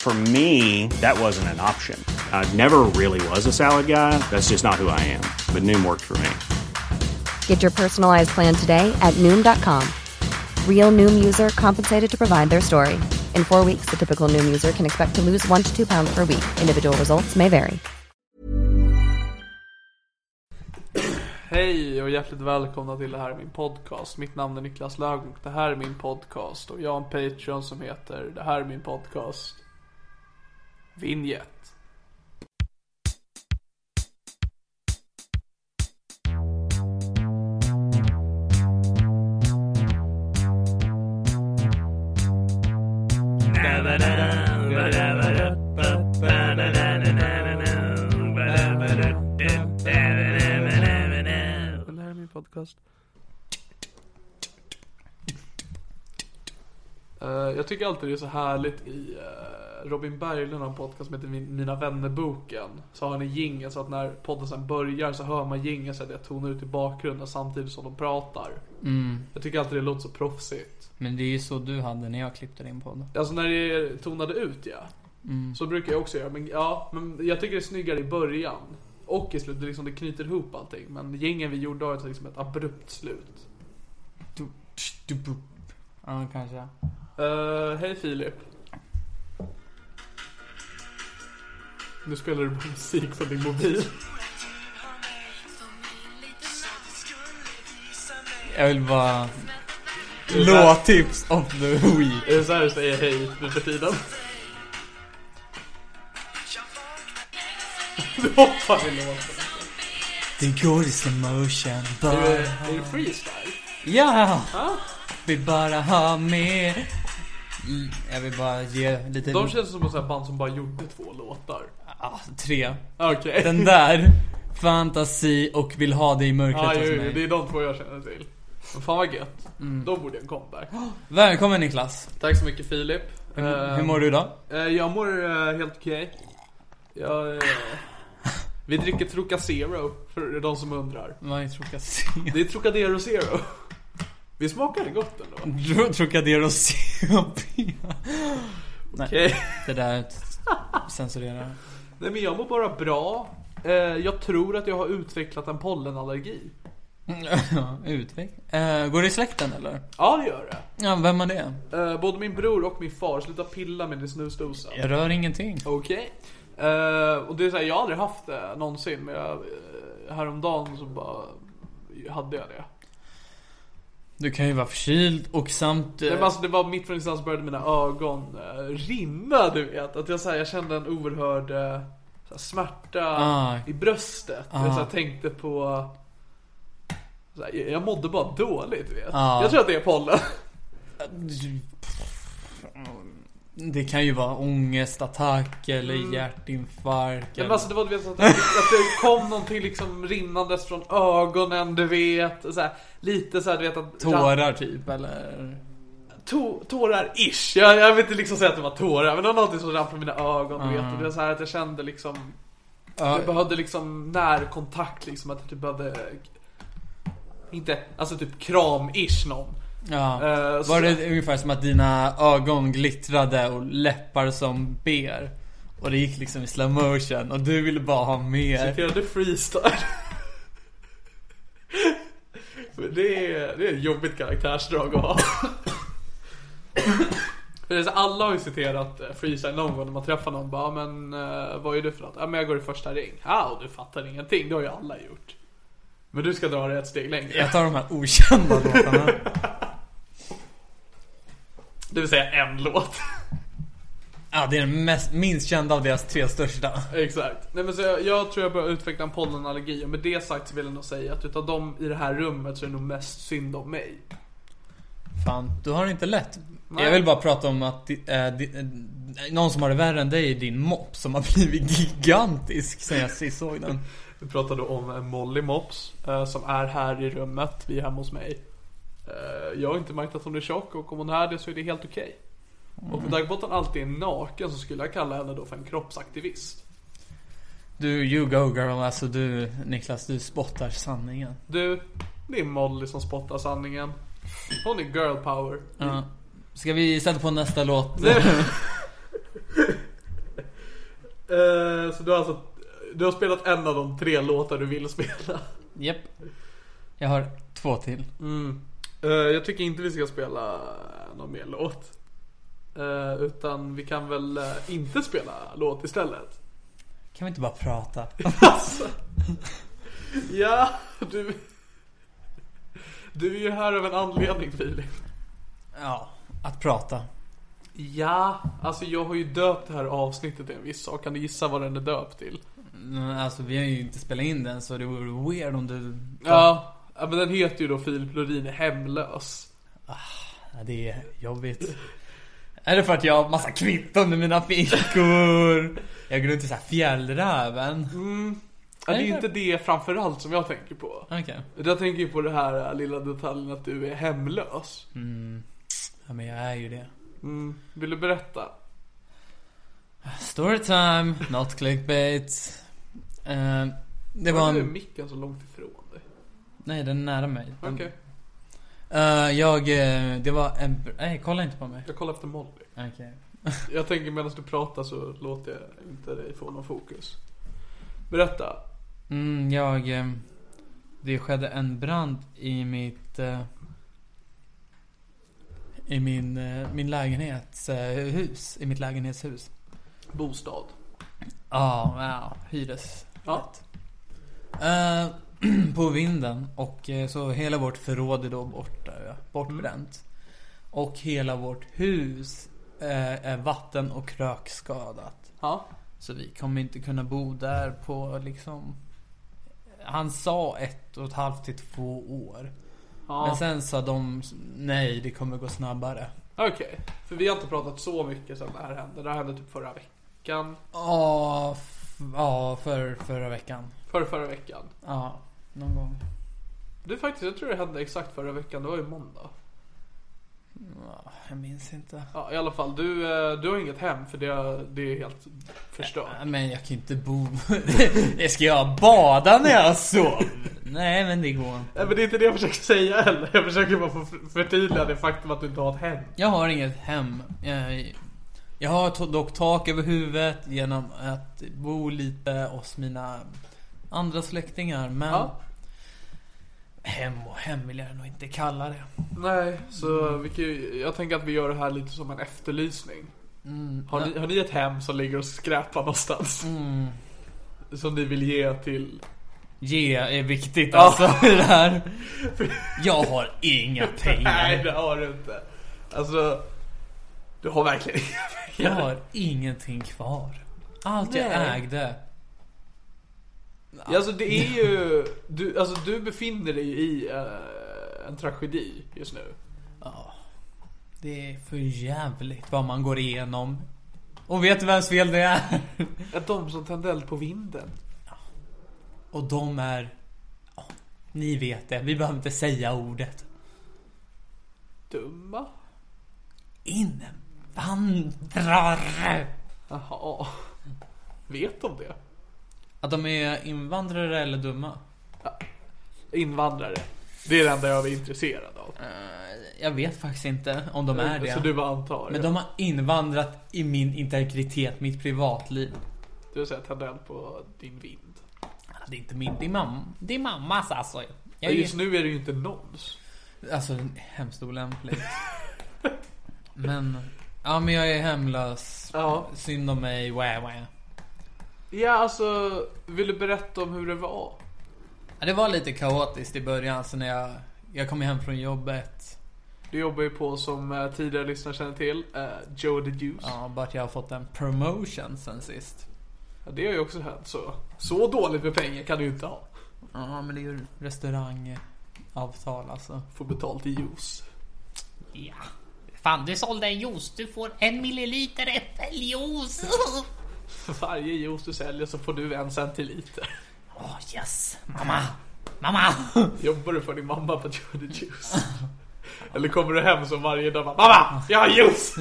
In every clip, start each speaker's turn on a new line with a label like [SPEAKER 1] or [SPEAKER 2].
[SPEAKER 1] For me, that wasn't an option. I never really was a salad guy. That's just not who I am. But Noom worked for me.
[SPEAKER 2] Get your personalized plan today at Noom.com. Real Noom user compensated to provide their story. In four weeks, the typical Noom user can expect to lose one to two pounds per week. Individual results may vary.
[SPEAKER 3] Hej och hjärtligt välkomna till det här är min podcast. Mitt namn är Niklas Löf och det här är min podcast. Och jag har en Patreon som heter Det här är min podcast. Vignett. Det här är min podcast. Eh, jag tycker alltid det är så härligt i eh, Robin Berglund har en podcast som heter Min- Mina vännerboken. Så har han en jingel så att när podden sen börjar så hör man jingeln så att jag tonar ut i bakgrunden samtidigt som de pratar. Jag tycker alltid det låter så proffsigt.
[SPEAKER 4] Men det är ju så du hade när jag klippte din podd.
[SPEAKER 3] Alltså när det tonade ut ja. Så brukar jag också göra. Men, ja, men jag tycker det är snyggare i början. Och i slutet, det liksom, det knyter ihop allting. Men gängen vi gjorde har ett- liksom ett abrupt slut.
[SPEAKER 4] Du, du, du. Ja, kanske.
[SPEAKER 3] Eh, hej Filip. Nu spelar du bara musik från din mobil.
[SPEAKER 4] Jag vill bara... Låttips of the week.
[SPEAKER 3] Är det så här du säger hej nu för tiden? Du hoppar i låten.
[SPEAKER 4] The goes emotion,
[SPEAKER 3] Är det,
[SPEAKER 4] bara...
[SPEAKER 3] är det freestyle?
[SPEAKER 4] Ja!
[SPEAKER 3] Ja.
[SPEAKER 4] Vill bara ha mer. Mm, Jag vill bara ge lite...
[SPEAKER 3] De känns som ett sånt här band som bara gjorde två låtar.
[SPEAKER 4] Ah, tre.
[SPEAKER 3] Okej.
[SPEAKER 4] Den där. Fantasi och vill ha det i mörkret
[SPEAKER 3] Ja,
[SPEAKER 4] hos
[SPEAKER 3] jo, jo, det
[SPEAKER 4] mig.
[SPEAKER 3] är de två jag känner till. Men fan vad gött. Då borde jag en comeback.
[SPEAKER 4] Välkommen Niklas.
[SPEAKER 3] Tack så mycket Filip.
[SPEAKER 4] Hur, hur mår du idag?
[SPEAKER 3] Eh, Jag mår eh, helt okej. Jag, eh, vi dricker Trocacero, för de som undrar.
[SPEAKER 4] Vad är Trocadero?
[SPEAKER 3] Det är Trocadero Zero. Vi smakar det gott ändå.
[SPEAKER 4] Tro- Trocadero COP. Nej,
[SPEAKER 3] Okej.
[SPEAKER 4] det där censurerar
[SPEAKER 3] Nej men jag mår bara bra. Eh, Jag tror att jag har utvecklat en pollenallergi.
[SPEAKER 4] Ja, Utveck. Eh, går det i släkten eller?
[SPEAKER 3] Ja det gör det.
[SPEAKER 4] Ja, vem är det?
[SPEAKER 3] Eh, Både min bror och min far, sluta pilla med din snusdosa.
[SPEAKER 4] Jag rör ingenting.
[SPEAKER 3] Okej. Eh, och det är så här, jag har aldrig haft det någonsin. Men jag, eh, häromdagen så bara hade jag det.
[SPEAKER 4] Du kan ju vara förkyld och samt... eh,
[SPEAKER 3] Det var, alltså, det var mitt från ingenstans började mina ögon eh, rinna du vet. Att jag, så här, jag kände en oerhörd eh, så här, smärta
[SPEAKER 4] Ah.
[SPEAKER 3] i bröstet. Jag så här, tänkte på... Så här, jag mådde bara dåligt du vet.
[SPEAKER 4] Ah.
[SPEAKER 3] Jag tror att det är pollen.
[SPEAKER 4] eh, Det kan ju vara ångestattack eller hjärtinfarkt.
[SPEAKER 3] Mm. Men
[SPEAKER 4] eller-
[SPEAKER 3] alltså det var du vet, så att, att det kom någonting liksom rinnandes från ögonen du vet. Så här, lite så här, du vet att...
[SPEAKER 4] Tårar typ eller...
[SPEAKER 3] Tå- Tårar-ish. Jag, jag vill inte liksom säga att det var tårar, men det var någonting som rann från mina ögon. Du vet, och det var så här att jag kände liksom, jag behövde liksom närkontakt liksom. Att jag typ behövde, inte, alltså typ kram-ish någon.
[SPEAKER 4] Ja.
[SPEAKER 3] Eh, så-
[SPEAKER 4] Var det ungefär som att dina ögon glittrade och läppar som ber? Och det gick liksom i slow motion och du ville bara ha mer.
[SPEAKER 3] Citerade freestyle. För det är, det är ett jobbigt karaktärsdrag att ha. För det är så, alla har ju citerat eh, freestyle någon gång när man träffar någon. Bara, "Ja, men eh, vad är du för något? Ja men jag går i första ring. Ja, och du fattar ingenting. Det har ju alla gjort. Men du ska dra det ett steg längre.
[SPEAKER 4] Jag tar de här okända låtarna.
[SPEAKER 3] Det vill säga en låt.
[SPEAKER 4] Ja, det är den mest, minst kända av deras tre största.
[SPEAKER 3] Exakt. Nej, men så jag, jag tror jag börjar utveckla en pollenallergi och med det sagt så vill jag nog säga att utav dem i det här rummet så är det nog mest synd om mig.
[SPEAKER 4] Fan, du har det inte lätt. Jag vill bara prata om att di- eh, di- eh, någon som har det värre än dig är din mopp som har blivit gigantisk sen jag sist såg den.
[SPEAKER 3] Vi pratade om eh, Molly Mops eh, som är här i rummet, vi är hemma hos mig. Eh, jag har inte märkt att hon är tjock och om hon är det så är det helt okej. Och med tanke på att hon alltid är naken så skulle jag kalla henne då för en kroppsaktivist.
[SPEAKER 4] Du, you go girl, alltså du Niklas, du spottar sanningen.
[SPEAKER 3] Du, det är Molly som spottar sanningen. Hon är girl power.
[SPEAKER 4] Ja. Ska vi sätta på nästa låt?
[SPEAKER 3] Eh, så du har alltså du har spelat en av de tre låtar du vill spela.
[SPEAKER 4] Japp. Jag har två till.
[SPEAKER 3] Eh, jag tycker inte vi ska spela någon mer låt. Eh, utan vi kan väl eh, inte spela låt istället. Alltså.
[SPEAKER 4] Kan vi inte bara prata?
[SPEAKER 3] Ja, du... Du är ju här av en anledning Filip.
[SPEAKER 4] Ja, att prata.
[SPEAKER 3] Ja, alltså jag har ju döpt det här avsnittet till en viss sak. Kan du gissa vad den är döpt till?
[SPEAKER 4] Mm, Alltså vi har ju inte spelat in den så det vore weird om du...
[SPEAKER 3] Ja, ja men den heter ju då Filip Lodin är hemlös.
[SPEAKER 4] Ja, Det är jobbigt. Är det för att jag har massa kvitton i mina fickor? Jag går runt i såhär fjällräven.
[SPEAKER 3] Ja, det är
[SPEAKER 4] Nej,
[SPEAKER 3] ju inte det framförallt som jag tänker på.
[SPEAKER 4] Okej.
[SPEAKER 3] Jag tänker ju på det här äh, lilla detaljen att du är hemlös.
[SPEAKER 4] Ja men jag är ju det.
[SPEAKER 3] Mm. Vill du berätta?
[SPEAKER 4] Storytime, not clickbait. Eh, det var
[SPEAKER 3] Varför är
[SPEAKER 4] en...
[SPEAKER 3] micken så långt ifrån dig?
[SPEAKER 4] Nej den är nära mig. Den-
[SPEAKER 3] Okej,
[SPEAKER 4] Eh, jag... eh, Det var en... Nej kolla inte på mig.
[SPEAKER 3] jag kollar efter Molly.
[SPEAKER 4] Okej.
[SPEAKER 3] Jag tänker medan du pratar så låter jag inte dig få någon fokus. Berätta.
[SPEAKER 4] Mm, jag... eh, Det skedde en brand i mitt... eh, I min, eh, min lägenhetshus. I mitt lägenhetshus.
[SPEAKER 3] Bostad.
[SPEAKER 4] Ja, wow. Hyres.
[SPEAKER 3] Ja.
[SPEAKER 4] Eh, på vinden och eh, så hela vårt förråd är då borta, ja. bortbränt. Och hela vårt hus eh, är vatten och krökskadat.
[SPEAKER 3] Ja.
[SPEAKER 4] Så vi kommer inte kunna bo där på liksom... Han sa ett och ett halvt till två år.
[SPEAKER 3] ja.
[SPEAKER 4] Men sen sa de nej, det kommer gå snabbare.
[SPEAKER 3] Okej. För vi har inte pratat så mycket sen det här hände. Det här hände typ förra veckan.
[SPEAKER 4] Ja, f- ja för, förra veckan.
[SPEAKER 3] Förra, förra veckan.
[SPEAKER 4] Ja, någon gång.
[SPEAKER 3] Du faktiskt, jag tror det hände exakt förra veckan. Det var ju måndag.
[SPEAKER 4] Ja, jag minns inte.
[SPEAKER 3] Ja, i alla fall. Du, eh, du har inget hem för det, det är helt förstört.
[SPEAKER 4] Ja, Men jag kan ju inte bo... Det Ska jag bada när jag sover? Nej, men det går inte.
[SPEAKER 3] Nej men det är inte det jag försöker säga heller. Jag försöker bara få förtydliga det faktum att du inte har ett hem.
[SPEAKER 4] Jag har inget hem. Jag, jag har to- dock tak över huvudet genom att bo lite hos mina andra släktingar. Men
[SPEAKER 3] Ja.
[SPEAKER 4] hem och hem vill jag nog inte kalla det.
[SPEAKER 3] Nej, så vi kan ju, jag tänker att vi gör det här lite som en efterlysning.
[SPEAKER 4] Mm,
[SPEAKER 3] har, ni, har ni ett hem som ligger och skräpar någonstans? Som ni vill ge till...
[SPEAKER 4] Ge är viktigt alltså i det här. Jag har inga
[SPEAKER 3] Nej,
[SPEAKER 4] pengar.
[SPEAKER 3] det har du inte. Alltså, du har verkligen inga
[SPEAKER 4] Jag
[SPEAKER 3] pengar.
[SPEAKER 4] har ingenting kvar. Allt jag
[SPEAKER 3] Nej.
[SPEAKER 4] ägde.
[SPEAKER 3] Alltså det är ju... Du, alltså, du befinner dig ju i eh, en tragedi just nu.
[SPEAKER 4] Det är för jävligt vad man går igenom. Och vet du vems fel det är?
[SPEAKER 3] Att de som tände eld på vinden.
[SPEAKER 4] Och de är... ja, ni vet det, vi behöver inte säga ordet.
[SPEAKER 3] Dumma?
[SPEAKER 4] Invandrare!
[SPEAKER 3] Jaha. Vet de det?
[SPEAKER 4] Att de är invandrare eller dumma?
[SPEAKER 3] Invandrare. Det är det enda jag är intresserad av.
[SPEAKER 4] Eh, Jag vet faktiskt inte om de är det.
[SPEAKER 3] Så du bara antar?
[SPEAKER 4] Men
[SPEAKER 3] ja.
[SPEAKER 4] de har invandrat i min integritet, mitt privatliv.
[SPEAKER 3] Du har sett tänd eld på din vind.
[SPEAKER 4] Det är inte min, det är, mam- det är mammas alltså. Jag är
[SPEAKER 3] Men
[SPEAKER 4] ju,
[SPEAKER 3] just nu är det ju inte någons.
[SPEAKER 4] alltså hemskt olämpligt. men, ja men jag är hemlös.
[SPEAKER 3] Ja.
[SPEAKER 4] Synd om mig, wah, wah.
[SPEAKER 3] Ja, alltså. Vill du berätta om hur det var?
[SPEAKER 4] Ja, det var lite kaotiskt i början, så när jag, jag kom hem från jobbet.
[SPEAKER 3] Du jobbar ju på, som eh, tidigare lyssnare känner till, eh, Joe the Juice. Ja.
[SPEAKER 4] Ja, bara att jag har fått en promotion sen sist.
[SPEAKER 3] det har ju också hänt så. Så dåligt med pengar kan du ju inte ha.
[SPEAKER 4] Ja, men det är ju restaurangavtal alltså.
[SPEAKER 3] Få betalt i juice.
[SPEAKER 4] Ja. Fan, du sålde en juice. Du får en milliliter äppeljuice.
[SPEAKER 3] För varje juice du säljer så får du en cent till liter.
[SPEAKER 4] Åh, yes. Mamma. Mamma.
[SPEAKER 3] Jobbar du för din mamma på Joe the Juice? Eller kommer du hem som varje dag bara, Mamma! Jag har juice!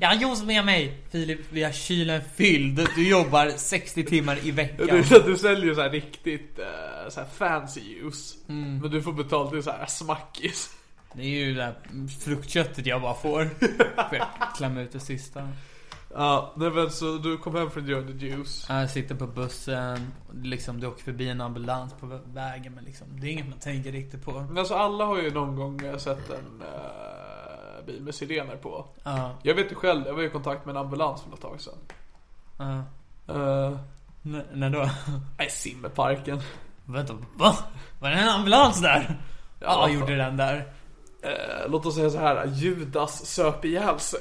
[SPEAKER 4] Jag har juice med mig. Filip, vi har kylen fylld. Du jobbar 60 timmar i
[SPEAKER 3] Det är
[SPEAKER 4] veckan.
[SPEAKER 3] så att du säljer så här riktigt eh, så här fancy juice. Men du får betalt i så här smackis.
[SPEAKER 4] Det är ju det där fruktköttet jag bara får. För jag klämmer ut det sista.
[SPEAKER 3] Ja, nej men så du kom hem från Joe the Juice.
[SPEAKER 4] Jag sitter på bussen. Liksom, du åker förbi en ambulans på vägen. Men liksom, det är inget man tänker riktigt på.
[SPEAKER 3] Men alltså alla har ju någon gång eh, sett en eh, bil med sirener på.
[SPEAKER 4] Ja,
[SPEAKER 3] Jag vet ju själv, jag var i kontakt med en ambulans för något tag sedan.
[SPEAKER 4] ja.
[SPEAKER 3] Uh,
[SPEAKER 4] N- när då?
[SPEAKER 3] I simmerparken.
[SPEAKER 4] Vänta, va? Var det en ambulans där? Ja,
[SPEAKER 3] vad fan.
[SPEAKER 4] gjorde den där.
[SPEAKER 3] Eh, låt oss säga så här, Judas söp ihjäl sig.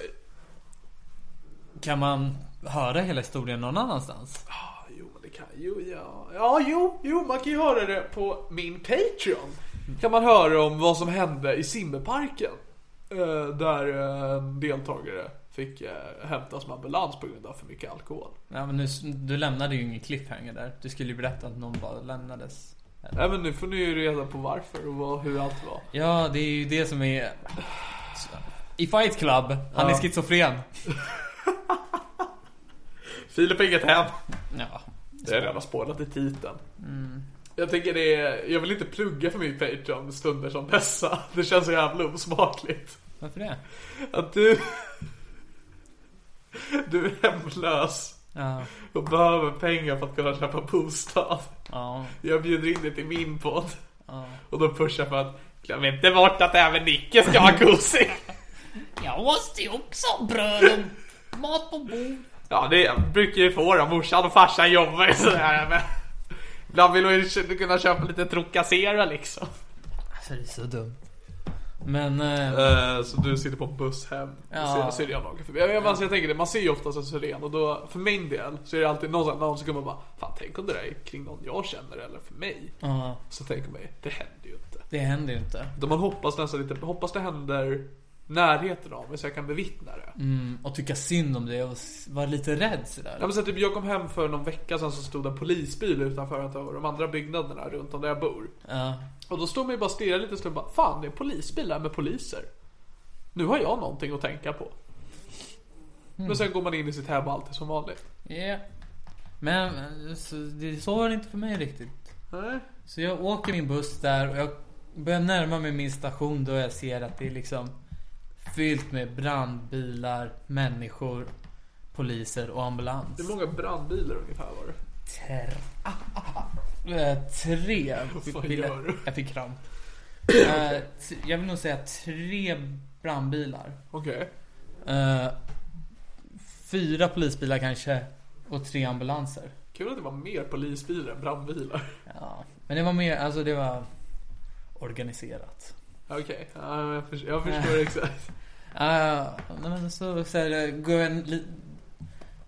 [SPEAKER 4] Kan man höra hela historien någon annanstans?
[SPEAKER 3] Ah, Jo, men det kan ju ja. Ja, jo, jo, man kan ju höra det på min Patreon. Kan man höra om vad som hände i simmerparken. Eh, Där eh, en deltagare fick eh, hämtas med ambulans på grund av för mycket alkohol.
[SPEAKER 4] Ja, men nu, du lämnade ju ingen cliffhanger där. Du skulle ju berätta att någon bara lämnades.
[SPEAKER 3] Nej, men nu får ni ju reda på varför och vad, hur allt var.
[SPEAKER 4] Ja, det är ju det som är... I Fight Club, han är
[SPEAKER 3] Ja.
[SPEAKER 4] schizofren.
[SPEAKER 3] Filip har inget hem.
[SPEAKER 4] Ja.
[SPEAKER 3] Det har jag redan spoilat i titeln. Jag tänker det är, jag vill inte plugga för min Patreon stunder som dessa. Det känns så jävla osmakligt.
[SPEAKER 4] Varför det?
[SPEAKER 3] Att du... Du är hemlös.
[SPEAKER 4] Ja.
[SPEAKER 3] och behöver pengar för att kunna köpa bostad.
[SPEAKER 4] Ja.
[SPEAKER 3] Jag bjuder in dig till min podd.
[SPEAKER 4] Ja.
[SPEAKER 3] Och de pushar för att glöm inte bort att även Nicke ska ha kosing.
[SPEAKER 4] Jag måste ju också ha bröd och mat på bord.
[SPEAKER 3] Ja, det brukar jag ju få då. Morsan och farsan jobbar ju sådär. Men ibland vill hon ju kunna köpa lite Trocacera liksom.
[SPEAKER 4] Alltså det är så dumt. Men... Eh,
[SPEAKER 3] Eh, Så du sitter på en buss hem och
[SPEAKER 4] Ja.
[SPEAKER 3] ser en syrian åka förbi. Jag, jag, alltså, jag tänker det, man ser ju oftast en syrian och då, för min del, så är det alltid någon, sån- någon som kommer och bara Fan tänk om det där är kring någon jag känner eller för mig.
[SPEAKER 4] ja,
[SPEAKER 3] Så tänker man ju, det händer ju inte.
[SPEAKER 4] det händer ju inte.
[SPEAKER 3] Då man hoppas nästan lite, hoppas det händer närheten av mig så jag kan bevittna det.
[SPEAKER 4] Mm, och tycka synd om det och s- vara lite rädd sådär.
[SPEAKER 3] Ja, men så typ, jag kom hem för någon vecka sedan så stod det en polisbil utanför en av de andra byggnaderna runt om där jag bor.
[SPEAKER 4] Ja.
[SPEAKER 3] Och då stod man ju bara och stirrade lite och bara, fan det är en polisbil där med poliser. Nu har jag någonting att tänka på. Men sen går man in i sitt hem och allt är som vanligt.
[SPEAKER 4] Ja. Men eh, så, det, så var det inte för mig riktigt.
[SPEAKER 3] Nej.
[SPEAKER 4] Så jag åker min buss där och jag börjar närma mig min station då jag ser att det är liksom fyllt med brandbilar, människor, poliser och ambulans.
[SPEAKER 3] Hur många brandbilar ungefär var det?
[SPEAKER 4] Ter- ah, ah, ah. Eh, Tre.
[SPEAKER 3] Vad
[SPEAKER 4] bilar.
[SPEAKER 3] gör du?
[SPEAKER 4] Jag fick kramp. Eh, t- jag vill nog säga tre brandbilar.
[SPEAKER 3] Okej.
[SPEAKER 4] Eh, fyra polisbilar kanske och tre ambulanser.
[SPEAKER 3] Kul att det var mer polisbilar än brandbilar.
[SPEAKER 4] Ja, men det var mer, alltså det var organiserat.
[SPEAKER 3] Okej, ja, jag förstår, jag förstår exakt.
[SPEAKER 4] Ah, nej men så, så här, går en li-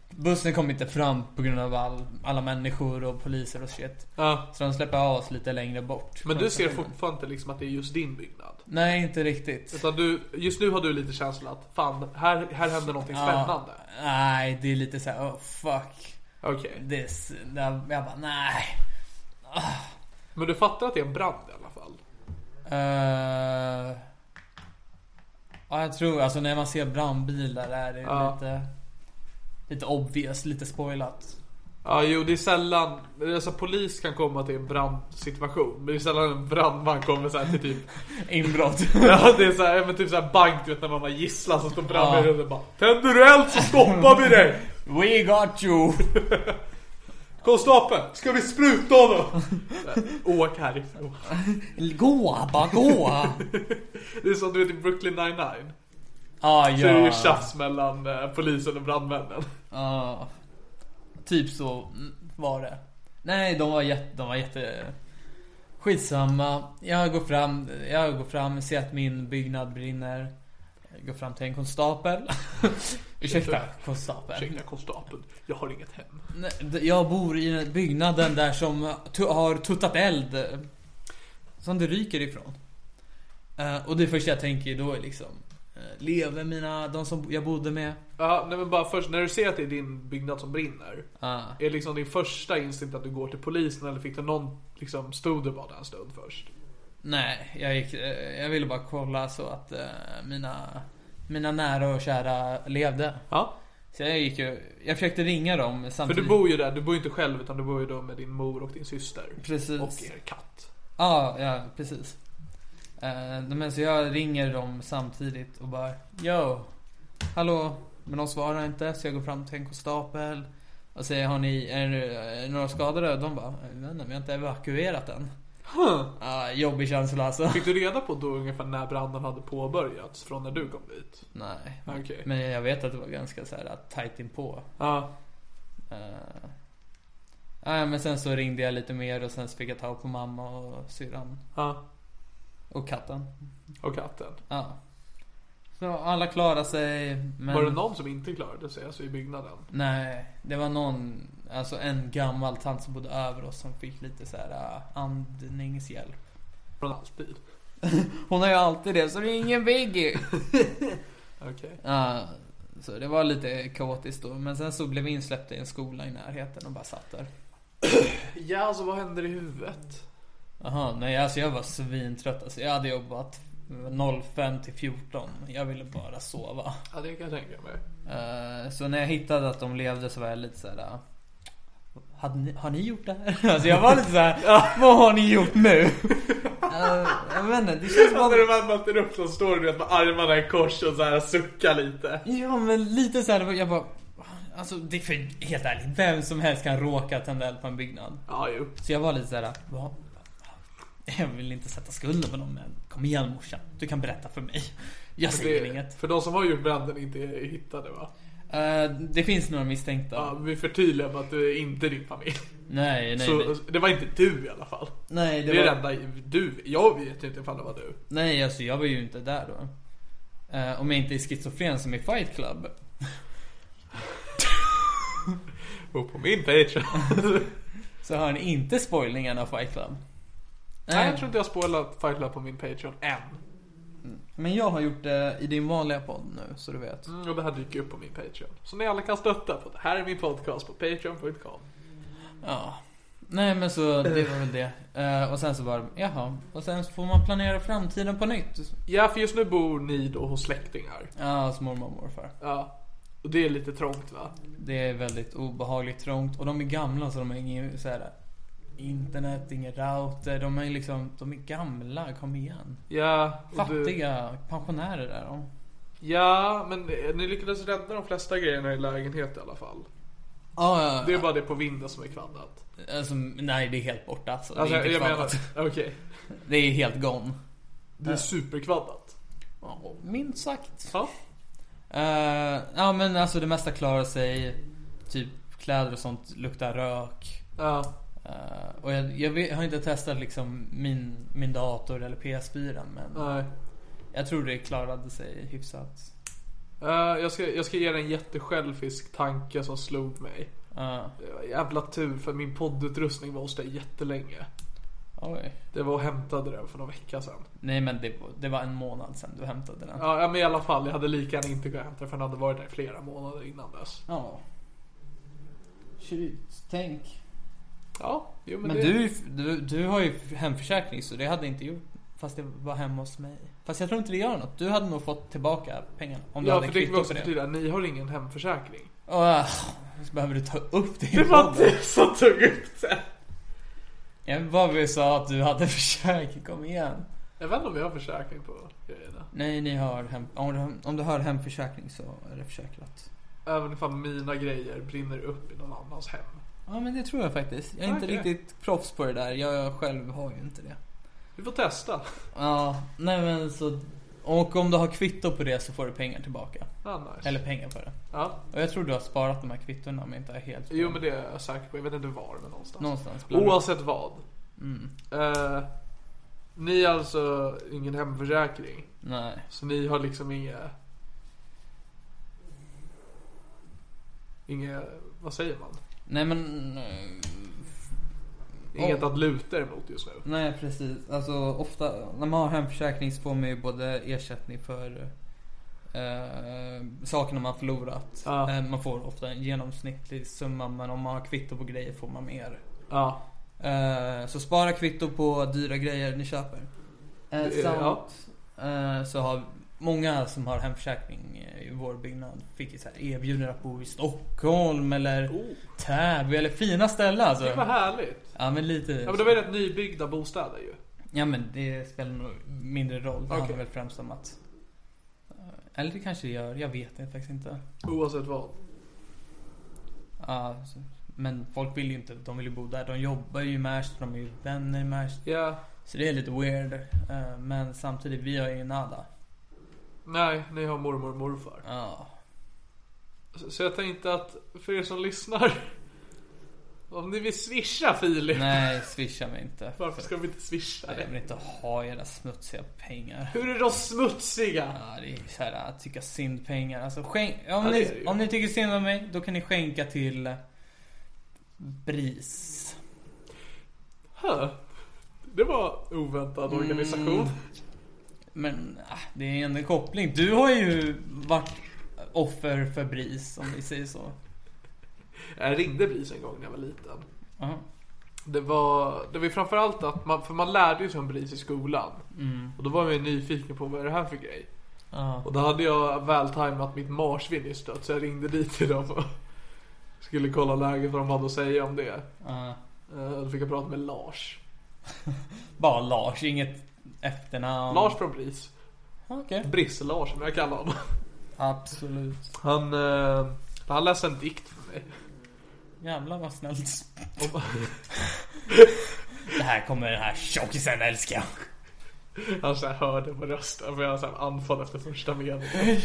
[SPEAKER 4] Bussen kom inte fram på grund av all, alla människor och poliser och shit.
[SPEAKER 3] Ja.
[SPEAKER 4] Så de släpper av oss lite längre bort.
[SPEAKER 3] Men
[SPEAKER 4] från
[SPEAKER 3] du ser
[SPEAKER 4] stationen.
[SPEAKER 3] fortfarande inte liksom att det är just din byggnad?
[SPEAKER 4] Nej, inte riktigt.
[SPEAKER 3] Utan du, just nu har du lite känslan att fan, här, här händer någonting spännande.
[SPEAKER 4] Ja, nej, det är lite så här, oh fuck
[SPEAKER 3] Okej.
[SPEAKER 4] this. Där, jag bara, nej.
[SPEAKER 3] Men du fattar att det är en brand i alla fall?
[SPEAKER 4] Eh, ja, jag tror alltså när man ser brandbilar är det
[SPEAKER 3] Ja.
[SPEAKER 4] lite Lite obvious, lite spoilat.
[SPEAKER 3] Ja, jo det är sällan, alltså polis kan komma till en brandsituation. Men det är sällan en brandman kommer så här till typ
[SPEAKER 4] Inbrott.
[SPEAKER 3] Ja det är såhär, men typ såhär bank du vet när man var gisslan som står
[SPEAKER 4] Ja.
[SPEAKER 3] framme och bara Tänder du eld så stoppar vi dig!
[SPEAKER 4] We got you!
[SPEAKER 3] Konstapeln, ska vi spruta honom? Såhär, Åk härifrån.
[SPEAKER 4] Gå, bara gå!
[SPEAKER 3] Det är som du vet i Brooklyn 99.
[SPEAKER 4] Ah,
[SPEAKER 3] Så är det ju
[SPEAKER 4] ja.
[SPEAKER 3] tjafs mellan eh, polisen och brandmännen.
[SPEAKER 4] Ja. Typ så mm, var det. Nej, de var jätte... De var jätte... Skitsamma. Jag går fram, jag går fram, ser att min byggnad brinner. Jag går fram till en konstapel. Ursäkta, konstapel.
[SPEAKER 3] Ursäkta konstapeln, jag har inget hem.
[SPEAKER 4] Nej, d- Jag bor i byggnaden där som tu- har tuttat eld. eh, Som det ryker ifrån. Eh, Och det första jag tänker då är liksom... eh, Lever mina, de som jag bodde med?
[SPEAKER 3] Ja, nej men bara först, när du ser att det är din byggnad som brinner.
[SPEAKER 4] Ah.
[SPEAKER 3] Är liksom din första instinkt att du går till polisen eller fick du någon, liksom stod du bara där en stund först?
[SPEAKER 4] Nej, jag, gick, eh, jag ville bara kolla så att eh, mina, mina nära och kära levde.
[SPEAKER 3] Ja.
[SPEAKER 4] Så jag gick ju, jag försökte ringa dem
[SPEAKER 3] För
[SPEAKER 4] samtidigt.
[SPEAKER 3] du bor ju där, du bor ju inte själv utan du bor ju då med din mor och din syster.
[SPEAKER 4] Precis.
[SPEAKER 3] Och er katt.
[SPEAKER 4] Ja, ja precis. Eh, men så jag ringer dem samtidigt och bara Yo, hallå. Men de svarar inte så jag går fram till en konstapel och säger har ni, är det- är det några skadade? Och de bara, jag vet inte, vi har inte evakuerat än. Ah, jobbig känsla alltså.
[SPEAKER 3] Fick du reda på då ungefär när branden hade påbörjats från när du kom dit?
[SPEAKER 4] Nej.
[SPEAKER 3] Okej.
[SPEAKER 4] Men jag vet att det var ganska så här tight inpå.
[SPEAKER 3] Ja.
[SPEAKER 4] Uh, nej, men sen så ringde jag lite mer och sen så fick jag tag på mamma och syrran
[SPEAKER 3] Ja.
[SPEAKER 4] och katten.
[SPEAKER 3] Och katten.
[SPEAKER 4] Ja. Så alla klarade sig. Men...
[SPEAKER 3] Var det någon som inte klarade sig alltså i byggnaden?
[SPEAKER 4] Nej, det var någon, alltså en gammal tant som bodde över oss som fick lite så här eh, andningshjälp.
[SPEAKER 3] Från alltid?
[SPEAKER 4] Hon har ju alltid det, så det är ingen biggie.
[SPEAKER 3] Okej.
[SPEAKER 4] Ja, så det var lite kaotiskt då. Men sen så blev vi insläppta i en skola i närheten och bara satt där.
[SPEAKER 3] Ja, alltså vad händer i huvudet?
[SPEAKER 4] Jaha, nej alltså jag var svintrött alltså. Jag hade jobbat 05 till 14. Jag ville bara sova.
[SPEAKER 3] Ja, det kan jag tänka mig.
[SPEAKER 4] Eh, så när jag hittade att de levde så var jag lite såhär... Uh, hade ni, har ni gjort det här? Alltså jag var lite såhär, vad har ni gjort nu? Eh, jag vet inte, det känns
[SPEAKER 3] När du
[SPEAKER 4] bara...
[SPEAKER 3] väl möter upp så står du vet, med armarna i kors och så här suckar lite.
[SPEAKER 4] Ja men lite såhär, jag bara... Alltså det är för, helt ärligt, vem som helst kan råka tända eld på en byggnad.
[SPEAKER 3] Ja, jo.
[SPEAKER 4] Så jag var lite såhär, vad... Jag vill inte sätta skulden på någon men kom igen morsan, du kan berätta för mig. Jag säger
[SPEAKER 3] Det-
[SPEAKER 4] inget.
[SPEAKER 3] För de som har gjort branden inte är hittade va?
[SPEAKER 4] Eh, det finns några misstänkta.
[SPEAKER 3] Ja, vi förtydligar bara att du är inte din familj.
[SPEAKER 4] Nej, nej,
[SPEAKER 3] så
[SPEAKER 4] nej.
[SPEAKER 3] det var inte du i alla fall.
[SPEAKER 4] nej
[SPEAKER 3] Det, är det enda du, jag vet ju inte ifall det var du.
[SPEAKER 4] Nej, alltså jag var ju inte där då. Eh, om jag inte är schizofren som i Fight Club.
[SPEAKER 3] Och på min page.
[SPEAKER 4] Så har ni inte spoilningen av Fight Club.
[SPEAKER 3] Nej, jag tror inte jag spoilat Fight Club på min Patreon än.
[SPEAKER 4] Men jag har gjort det i din vanliga podd nu, så du vet.
[SPEAKER 3] Mm, och det här dyker upp på min Patreon. Så ni alla kan stötta på det. Här är min podcast på Patreon.com.
[SPEAKER 4] Ja. Nej men så det var väl det. Eh, och sen så bara, jaha. Och sen så får man planera framtiden på nytt.
[SPEAKER 3] Ja, för just nu bor ni då hos släktingar.
[SPEAKER 4] Ja, hos mormor och morfar.
[SPEAKER 3] Ja. Och det är lite trångt va?
[SPEAKER 4] Det är väldigt obehagligt trångt och de är gamla så de har ingen så här, internet, ingen router. De är liksom, de är gamla, kom igen.
[SPEAKER 3] Ja. och Du,
[SPEAKER 4] Fattiga pensionärer är de.
[SPEAKER 3] ja, men ni lyckades rädda de flesta grejerna i lägenheten i alla fall.
[SPEAKER 4] Ja, ja,
[SPEAKER 3] Det är bara det på vinden som är kvaddat.
[SPEAKER 4] Alltså, nej det är helt borta alltså.
[SPEAKER 3] Alltså,
[SPEAKER 4] det, är
[SPEAKER 3] jag
[SPEAKER 4] inte
[SPEAKER 3] menar,
[SPEAKER 4] menar...
[SPEAKER 3] okej.
[SPEAKER 4] det är helt gone.
[SPEAKER 3] Det är superkvaddat.
[SPEAKER 4] Ja, Minst sagt.
[SPEAKER 3] Ja.
[SPEAKER 4] Eh, ja men alltså det mesta klarar sig. Typ kläder och sånt luktar rök.
[SPEAKER 3] Ja.
[SPEAKER 4] Eh, och jag, jag, vet, har inte testat liksom min, min dator eller PS4 men
[SPEAKER 3] Nej.
[SPEAKER 4] jag tror det klarade sig hyfsat.
[SPEAKER 3] Eh, jag, ska, jag ska ge dig en jättesjälvisk tanke som slog mig.
[SPEAKER 4] Ja,
[SPEAKER 3] Det var jävla tur för min poddutrustning var hos dig jättelänge.
[SPEAKER 4] oj.
[SPEAKER 3] Det var och hämtade den för någon vecka sedan.
[SPEAKER 4] Nej men det, det var en månad sedan du hämtade den.
[SPEAKER 3] Ja, ja, men i alla fall. Jag hade lika gärna inte kunnat hämta den för den hade varit där i flera månader innan dess.
[SPEAKER 4] Ja. Shit, tänk.
[SPEAKER 3] Ja, jo men,
[SPEAKER 4] Men
[SPEAKER 3] det...
[SPEAKER 4] du, du, du har ju hemförsäkring så det hade inte gjort. Fast det var hemma hos mig. Fast jag tror inte det gör något. Du hade nog fått tillbaka pengarna. Om du
[SPEAKER 3] Ja,
[SPEAKER 4] hade
[SPEAKER 3] för det kan vi
[SPEAKER 4] kvitto på
[SPEAKER 3] också typ-
[SPEAKER 4] det.
[SPEAKER 3] förtydliga. Ni har ingen hemförsäkring.
[SPEAKER 4] Åh, Så behöver du ta upp det i
[SPEAKER 3] Det var
[SPEAKER 4] podden.
[SPEAKER 3] du som tog upp det.
[SPEAKER 4] Jag bara vill sa att du hade försökt, kom igen.
[SPEAKER 3] Jag vet inte om vi har försäkring på grejerna.
[SPEAKER 4] Nej, ni har hem... Om du, om du har hemförsäkring så är det försäkrat.
[SPEAKER 3] Även ifall mina grejer brinner upp i någon annans hem.
[SPEAKER 4] Ja, men det tror jag faktiskt. Jag är inte
[SPEAKER 3] Okej.
[SPEAKER 4] riktigt proffs på det där. Jag själv har ju inte det.
[SPEAKER 3] Vi får testa.
[SPEAKER 4] Ja, nej men så... Och om du har kvitto på det så får du pengar tillbaka.
[SPEAKER 3] Ja, Ah, nice.
[SPEAKER 4] Eller pengar för det.
[SPEAKER 3] Ja.
[SPEAKER 4] Och jag tror du har sparat de här kvittorna om jag inte är helt
[SPEAKER 3] Jo men det är jag säker på. Jag vet inte var men någonstans.
[SPEAKER 4] Någonstans. bland- Mm,
[SPEAKER 3] Oavsett vad. Eh, ni har alltså ingen hemförsäkring.
[SPEAKER 4] Nej.
[SPEAKER 3] Så ni har liksom inga... Inga... Vad säger man?
[SPEAKER 4] Nej men... eh,
[SPEAKER 3] Inget
[SPEAKER 4] Oh.
[SPEAKER 3] att luta er mot just nu.
[SPEAKER 4] Nej precis. Alltså ofta när man har hemförsäkring så får man ju både ersättning för eh, sakerna man förlorat.
[SPEAKER 3] Ja.
[SPEAKER 4] Eh, man får ofta en genomsnittlig summa men om man har kvitto på grejer får man mer.
[SPEAKER 3] Ja.
[SPEAKER 4] Eh, så spara kvitto på dyra grejer ni köper. Eh,
[SPEAKER 3] Det- ja.
[SPEAKER 4] samt eh, så har många som har hemförsäkring eh, i vår byggnad fick ju så här erbjudande att bo i Stockholm eller Täby eller fina ställen alltså.
[SPEAKER 3] Vad Oh, härligt.
[SPEAKER 4] Ja men lite
[SPEAKER 3] Ja men de är rätt nybyggda bostäder ju.
[SPEAKER 4] Ja men det spelar nog mindre roll. Det handlar
[SPEAKER 3] Okej.
[SPEAKER 4] väl främst om att... eh, Eller det kanske det gör. Jag vet det faktiskt inte.
[SPEAKER 3] Oavsett vad.
[SPEAKER 4] Ja, så- men folk vill ju inte. De vill ju bo där. De jobbar ju i Märsta. De är ju vänner i Märsta.
[SPEAKER 3] Ja.
[SPEAKER 4] Så det är lite weird. eh, Men samtidigt, vi har ju nada.
[SPEAKER 3] Nej, ni har mormor och morfar.
[SPEAKER 4] Ja.
[SPEAKER 3] Så- Så jag tänkte att för er som lyssnar. Om ni vill swisha Filip.
[SPEAKER 4] Nej, swisha mig inte.
[SPEAKER 3] Varför ska vi inte swisha
[SPEAKER 4] Nej, Jag
[SPEAKER 3] det?
[SPEAKER 4] vill inte ha era smutsiga pengar.
[SPEAKER 3] Hur är de smutsiga?
[SPEAKER 4] Ja, det är så här att tycka synd pengar. Alltså, skänk, om,
[SPEAKER 3] det är det
[SPEAKER 4] ni,
[SPEAKER 3] ju.
[SPEAKER 4] om ni tycker synd om mig, då kan ni skänka till BRIS.
[SPEAKER 3] Huh. Det var oväntad
[SPEAKER 4] Mm.
[SPEAKER 3] organisation.
[SPEAKER 4] Men ah, det är en koppling. Du har ju varit offer för BRIS om vi säger så.
[SPEAKER 3] Jag ringde BRIS en gång när jag var liten.
[SPEAKER 4] Ja.
[SPEAKER 3] Det var, det var ju framförallt att man, för man lärde ju sig om BRIS i skolan. Och då var man ju nyfiken på vad är det här för grej.
[SPEAKER 4] Ja.
[SPEAKER 3] Och då hade jag väl tajmat mitt marsvin i stött så jag ringde dit till dem och skulle kolla läget vad de hade att säga om det.
[SPEAKER 4] Ja.
[SPEAKER 3] Eh, Då fick jag prata med Lars.
[SPEAKER 4] Bara Lars, inget efternamn.
[SPEAKER 3] Lars från BRIS.
[SPEAKER 4] Okej.
[SPEAKER 3] Briss-Lars som jag kallar honom.
[SPEAKER 4] Absolut.
[SPEAKER 3] Han, eh, han läste en dikt för mig.
[SPEAKER 4] Jävlar vad snällt. det här kommer den här tjockisen älska.
[SPEAKER 3] Han så här hörde på rösten för jag hade så här anfall efter första meningen.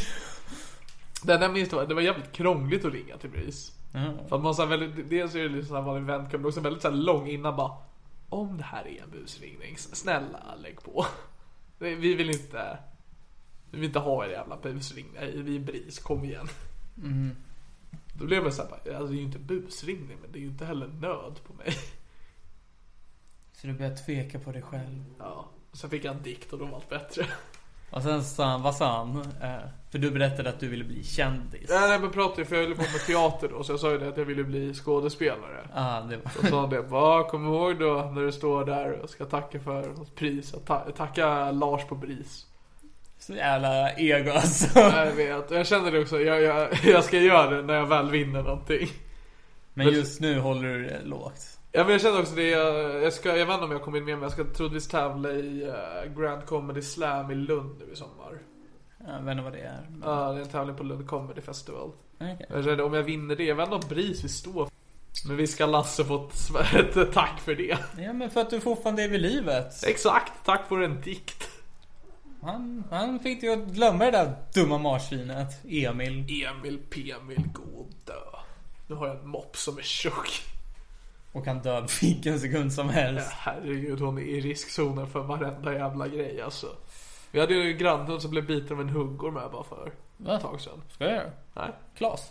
[SPEAKER 3] Det enda jag minns var det var jävligt krångligt att ringa till BRIS.
[SPEAKER 4] Ja.
[SPEAKER 3] För att man så här väldigt, dels är det liksom så här vanlig vändkamp, men också väldigt så här lång innan bara Om det här är en busringning, snälla lägg på. Vi vi vill inte, vi vill inte ha er jävla busringning, vi är BRIS, kom igen. Då blev det såhär, alltså det är ju inte busringning men det är ju inte heller nöd på mig.
[SPEAKER 4] Så du börjar tveka på dig själv.
[SPEAKER 3] Ja. Sen fick jag en dikt och då var allt bättre.
[SPEAKER 4] Och sen sa han, vad sa han? Eh, för du berättade att du ville bli kändis. Ja,
[SPEAKER 3] Nej, nej men pratade ju för jag höll på med teater då så jag sa ju det att jag ville bli skådespelare.
[SPEAKER 4] ah, det var...
[SPEAKER 3] Och sa han det, bara kom ihåg då när du står där och ska tacka för något pris, att ta- tacka Lars på BRIS.
[SPEAKER 4] Så jävla ego alltså.
[SPEAKER 3] Jag vet, jag känner det också, jag, jag, jag ska göra det när jag väl vinner någonting.
[SPEAKER 4] Men just nu håller du det lågt.
[SPEAKER 3] Ja, men jag känner också det, jag, jag, ska, jag vet inte om jag kommer in med men jag ska troligtvis tävla i eh, Grand Comedy Slam i Lund nu i sommar.
[SPEAKER 4] Jag vet inte vad det är. men-
[SPEAKER 3] Ja, det är en tävling på Lund Comedy Festival.
[SPEAKER 4] Okej.
[SPEAKER 3] Jag känner, om jag vinner det, jag vet inte om BRIS vill stå för. Men vi ska Lasse få ett, sv- ett tack för det.
[SPEAKER 4] Ja men för att du fortfarande är vid livet.
[SPEAKER 3] Exakt, tack för en dikt.
[SPEAKER 4] Han, han fick dig att glömma det där dumma marsvinet. Emil.
[SPEAKER 3] Emil Pemil, gå och dö. Nu har jag en mopp som är tjock.
[SPEAKER 4] Och kan dö vilken sekund som
[SPEAKER 3] Ja,
[SPEAKER 4] helst.
[SPEAKER 3] Herregud, hon är i riskzonen för varenda jävla grej alltså. Vi hade ju en grannhund som blev biten av en huggorm här bara för ett tag sedan.
[SPEAKER 4] Ska jag göra?
[SPEAKER 3] Nej,
[SPEAKER 4] Klas.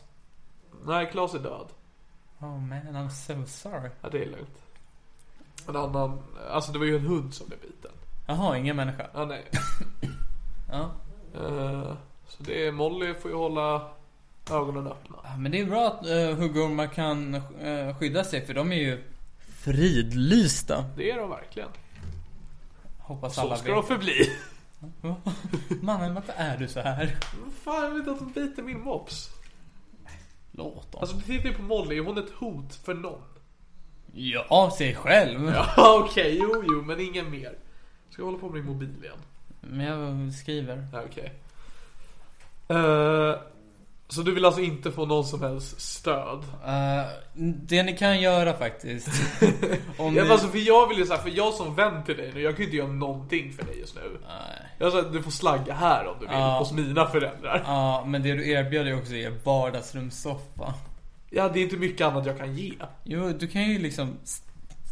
[SPEAKER 3] nej Klas är död.
[SPEAKER 4] Oh man, I'm so sorry.
[SPEAKER 3] Ja, det är lugnt. En annan, alltså det var ju en hund som blev biten.
[SPEAKER 4] Jaha, ingen människa.
[SPEAKER 3] Ja, nej.
[SPEAKER 4] Ja.
[SPEAKER 3] Eh, så det är, Molly får ju hålla ögonen öppna.
[SPEAKER 4] Ja, Men det är bra att uh, huggormar kan eh, skydda sig för de är ju fridlysta.
[SPEAKER 3] Det är de verkligen.
[SPEAKER 4] Hoppas
[SPEAKER 3] Så
[SPEAKER 4] alla
[SPEAKER 3] ska de
[SPEAKER 4] vet.
[SPEAKER 3] förbli.
[SPEAKER 4] Mannen, varför är du så här?
[SPEAKER 3] Fan, jag vet inte att de biter min mops.
[SPEAKER 4] Låt dem.
[SPEAKER 3] Alltså titta ju på Molly, är hon ett hot för någon?
[SPEAKER 4] Ja, av sig själv.
[SPEAKER 3] Ja okej, jo jo men ingen mer. Ska jag hålla på med min mobil igen?
[SPEAKER 4] Men jag skriver.
[SPEAKER 3] Ja, Okej. Eh, så du vill alltså inte få någon som helst stöd?
[SPEAKER 4] Eh, det ni kan göra faktiskt. Om
[SPEAKER 3] Ja,
[SPEAKER 4] ni...
[SPEAKER 3] men alltså, för jag vill ju så här, för jag som vän till dig nu, jag kan ju inte göra någonting för dig just nu.
[SPEAKER 4] Nej.
[SPEAKER 3] Jag sa att du får slagga här om du vill,
[SPEAKER 4] Ja.
[SPEAKER 3] hos mina föräldrar.
[SPEAKER 4] Ja, men det du erbjöd är också er vardagsrumssoffa.
[SPEAKER 3] Ja, det är inte mycket annat jag kan ge.
[SPEAKER 4] Jo, du kan ju liksom... s-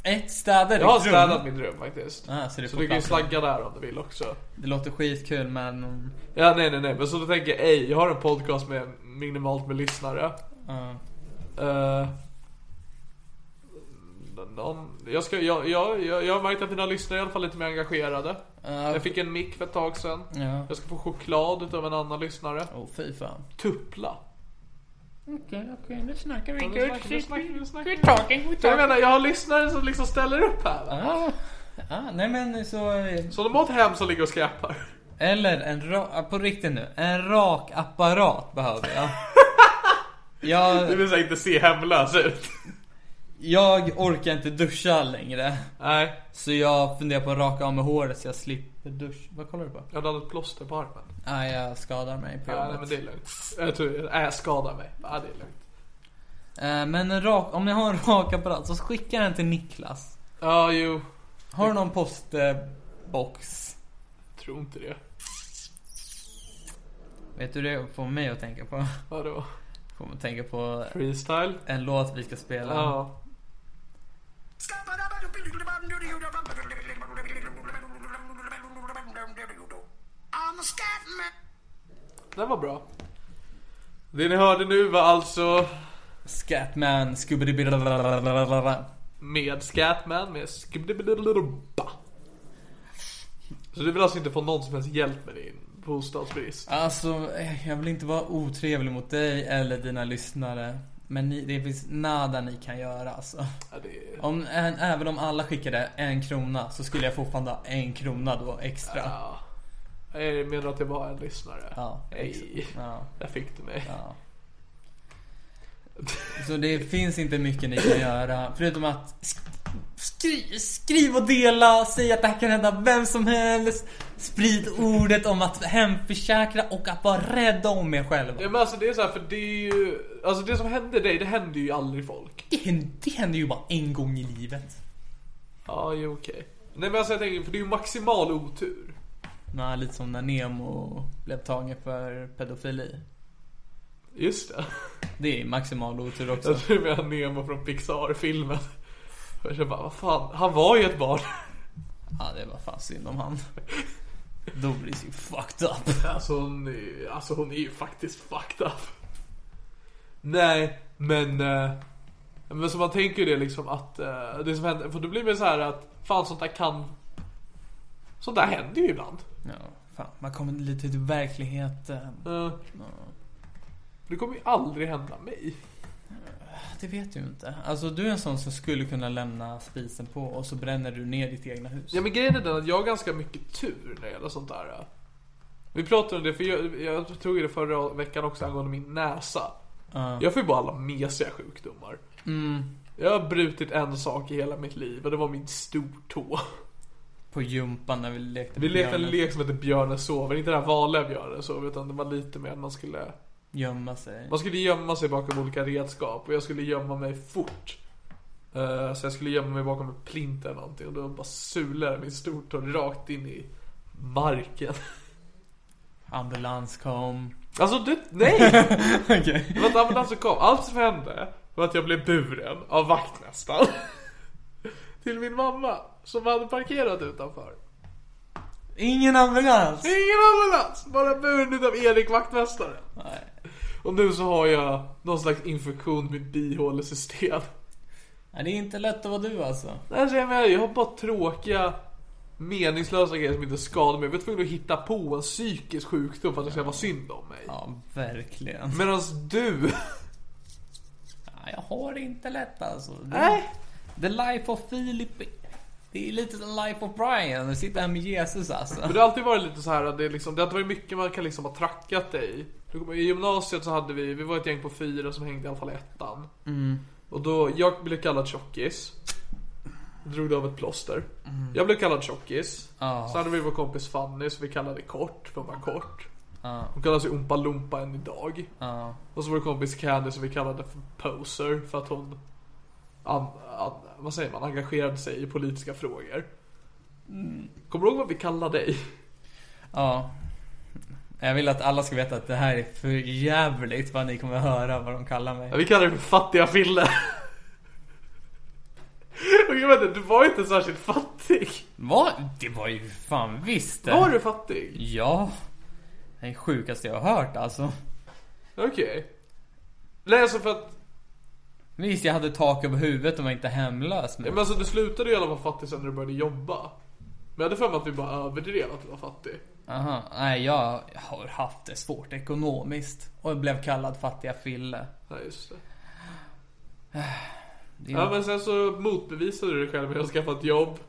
[SPEAKER 4] Ett, städa ditt
[SPEAKER 3] Jag har
[SPEAKER 4] rum.
[SPEAKER 3] städat mitt rum faktiskt.
[SPEAKER 4] Ah, så det,
[SPEAKER 3] Så du kan ju slagga där om du vill också.
[SPEAKER 4] det låter skitkul men... mm,
[SPEAKER 3] Ja, nej, nej, nej. Men så då tänker jag, ej, jag har en podcast med minimalt med lyssnare.
[SPEAKER 4] ja.
[SPEAKER 3] Eh, någon, jag, ska, jag, jag, jag, jag har märkt att mina lyssnare är i alla fall lite mer engagerade.
[SPEAKER 4] Ja,
[SPEAKER 3] Jag fick en mick för ett tag sedan.
[SPEAKER 4] Ja.
[SPEAKER 3] Jag ska få choklad utav en annan lyssnare.
[SPEAKER 4] Åh fy fan.
[SPEAKER 3] Tuppla.
[SPEAKER 4] Okej, okej, nu snackar vi
[SPEAKER 3] Nu snackar vi, nu snackar vi, nu snackar vi.
[SPEAKER 4] talking, we're
[SPEAKER 3] Så Jag menar, jag har lyssnare som liksom ställer upp här. Va?
[SPEAKER 4] Ah, ah, nej men så... eh,
[SPEAKER 3] Så de har ett hem som ligger och skräpar.
[SPEAKER 4] Eller en rak... På riktigt nu. En rak apparat behöver jag.
[SPEAKER 3] Det
[SPEAKER 4] jag.
[SPEAKER 3] vill säga inte se hemlös ut.
[SPEAKER 4] Jag orkar inte duscha längre.
[SPEAKER 3] Nej,
[SPEAKER 4] Så jag funderar på att raka av mig håret så jag slipper dusch. Vad kollar du på?
[SPEAKER 3] jag hade ett plåster på armen.
[SPEAKER 4] Ah, jag skadar mig på
[SPEAKER 3] Ja, nej,
[SPEAKER 4] jobbet.
[SPEAKER 3] men det är lugnt. Jag tror, nej, jag äh, skadar mig. Ja, det är lugnt.
[SPEAKER 4] Eh, men en rak... om ni har en rak apparat så skicka den till Niklas.
[SPEAKER 3] Ja, jo.
[SPEAKER 4] Har du någon postbox?
[SPEAKER 3] Tror inte det.
[SPEAKER 4] Vet du det får mig att tänka på?
[SPEAKER 3] Vadå?
[SPEAKER 4] Får mig att tänka på
[SPEAKER 3] Freestyle?
[SPEAKER 4] en låt vi ska spela.
[SPEAKER 3] Ja.
[SPEAKER 5] I'm a scat man.
[SPEAKER 3] Den var bra. Det ni hörde nu var alltså
[SPEAKER 4] Scatman, scooby
[SPEAKER 3] med Scatman med Skibdibidibidibba. Så du vill alltså inte få någon som helst hjälp med din bostadsbrist?
[SPEAKER 4] Alltså, eh, jag vill inte vara otrevlig mot dig eller dina lyssnare. Men ni, det finns nada ni kan göra alltså.
[SPEAKER 3] Ja, det är...
[SPEAKER 4] Om, ä- även om alla skickade en krona så skulle jag fortfarande ha en krona då extra.
[SPEAKER 3] Ja. Jag menar att det var en lyssnare.
[SPEAKER 4] Ja,
[SPEAKER 3] Hej.
[SPEAKER 4] exakt. Ja,
[SPEAKER 3] Där fick du mig.
[SPEAKER 4] ja. Så det finns inte mycket ni kan göra. Förutom att sk- skri, skriv och dela, säg att det här kan hända vem som helst. Sprid ordet om att hemförsäkra och att vara rädda om er själva.
[SPEAKER 3] Ja, men alltså det är så här, för det är ju... Alltså det som hände dig, det händer ju aldrig folk.
[SPEAKER 4] Det händer, det händer ju bara en gång i livet.
[SPEAKER 3] Ja, jo okej. Nej men alltså jag tänker, för det är ju maximal otur.
[SPEAKER 4] Nej, lite som när Nemo blev tagen för pedofili.
[SPEAKER 3] Just det.
[SPEAKER 4] Det är maximal otur också.
[SPEAKER 3] Jag tror du menar Nemo från Pixar-filmen. Och jag bara, vad fan, han var ju ett barn.
[SPEAKER 4] Ja, det var fan synd om han. Doris är ju fucked up.
[SPEAKER 3] Alltså hon, är ju- alltså hon är ju faktiskt fucked up. Nej, men... eh, Men så man tänker ju det liksom att eh, det som händer, för då blir man så här att fan sånt där kan... Sånt där händer ju ibland.
[SPEAKER 4] Ja, fan. Man kommer lite till verkligheten.
[SPEAKER 3] Eh, Det kommer ju aldrig hända mig.
[SPEAKER 4] Det vet du ju inte. Alltså, du är en sån som skulle kunna lämna spisen på och så bränner du ner ditt egna hus.
[SPEAKER 3] Ja men grejen är den att jag har ganska mycket tur när det gäller sånt där. eh. Vi pratade om det, för jag, jag tog ju det förra veckan också angående min näsa.
[SPEAKER 4] Ja.
[SPEAKER 3] Jag får ju bara alla mesiga sjukdomar.
[SPEAKER 4] Mm,
[SPEAKER 3] Jag har brutit en sak i hela mitt liv och det var min stortå.
[SPEAKER 4] på gympan när vi lekte
[SPEAKER 3] Vi
[SPEAKER 4] med
[SPEAKER 3] lekte en
[SPEAKER 4] björnen.
[SPEAKER 3] lek som hette Björnen sover, inte den här vanliga björnen sover utan det var lite mer att man skulle
[SPEAKER 4] Gömma sig.
[SPEAKER 3] Man skulle gömma sig bakom olika redskap och jag skulle gömma mig fort. Eh, så jag skulle gömma mig bakom en plint eller någonting och då bara sulade min stortå rakt in i marken.
[SPEAKER 4] Ambulans kom.
[SPEAKER 3] Alltså du, nej!
[SPEAKER 4] Okej.
[SPEAKER 3] Det var inte ambulansen kom. Allt som hände var att jag blev buren av vaktmästaren. Till min mamma som hade parkerat utanför.
[SPEAKER 4] Ingen ambulans!
[SPEAKER 3] Ingen ambulans! Bara buren utav Erik vaktmästare.
[SPEAKER 4] Nej.
[SPEAKER 3] Och nu så har jag någon slags infektion med bihålesystem.
[SPEAKER 4] Nej, det är inte lätt att vara du alltså.
[SPEAKER 3] Nej, så jag, menar, jag har bara tråkiga, meningslösa grejer som inte skadar mig. Jag var tvungen att hitta på en psykisk sjukdom för att det ska vara synd om mig.
[SPEAKER 4] Ja, verkligen.
[SPEAKER 3] Medan du...
[SPEAKER 4] Nej, jag har det inte lätt alltså. Det,
[SPEAKER 3] Nej.
[SPEAKER 4] The life of Philip Det är lite som Life of Brian, att sitta här med Jesus alltså.
[SPEAKER 3] Men det har alltid varit lite så här att det, är liksom, det har alltid varit mycket man kan liksom ha trackat dig. Du kommer- I gymnasiet så hade vi, vi var ett gäng på fyra som hängde i alla fall i ettan.
[SPEAKER 4] Mm.
[SPEAKER 3] Och då, jag blev kallad tjockis. Drog av ett plåster. Jag blev kallad tjockis.
[SPEAKER 4] Mm. Ja.
[SPEAKER 3] Så hade vi vår kompis Fanny som vi kallade kort, för hon var kort.
[SPEAKER 4] Ja.
[SPEAKER 3] Hon kallas ju Oompa Loompa än idag.
[SPEAKER 4] Ja.
[SPEAKER 3] Och så vår kompis Candy som vi kallade för poser för att hon an, an, vad säger man, engagerade sig i politiska frågor. Kommer du ihåg vad vi kallade dig?
[SPEAKER 4] ja. Jag vill att alla ska veta att det här är för jävligt vad ni kommer att höra vad de kallar mig.
[SPEAKER 3] Ja, vi kallar dig för fattiga Fille. Och jag vet inte, du var inte särskilt fattig.
[SPEAKER 4] Vad? Det var ju fan visst det.
[SPEAKER 3] Var du fattig?
[SPEAKER 4] Ja. Det är det sjukaste jag har hört alltså.
[SPEAKER 3] Okej. Nej alltså för att,
[SPEAKER 4] Visst, jag hade tak över huvudet och var inte hemlös.
[SPEAKER 3] ja,
[SPEAKER 4] Men...
[SPEAKER 3] men alltså du slutade ju alla vara fattig sen när du började jobba. Men jag hade för mig att vi bara överdrev att du var fattig.
[SPEAKER 4] Aha. Nej, jag har haft det svårt ekonomiskt. Och jag blev kallad fattiga Fille.
[SPEAKER 3] Nej just det.
[SPEAKER 4] Det är-
[SPEAKER 3] Ja men sen så motbevisade du dig själv med att skaffa ett jobb.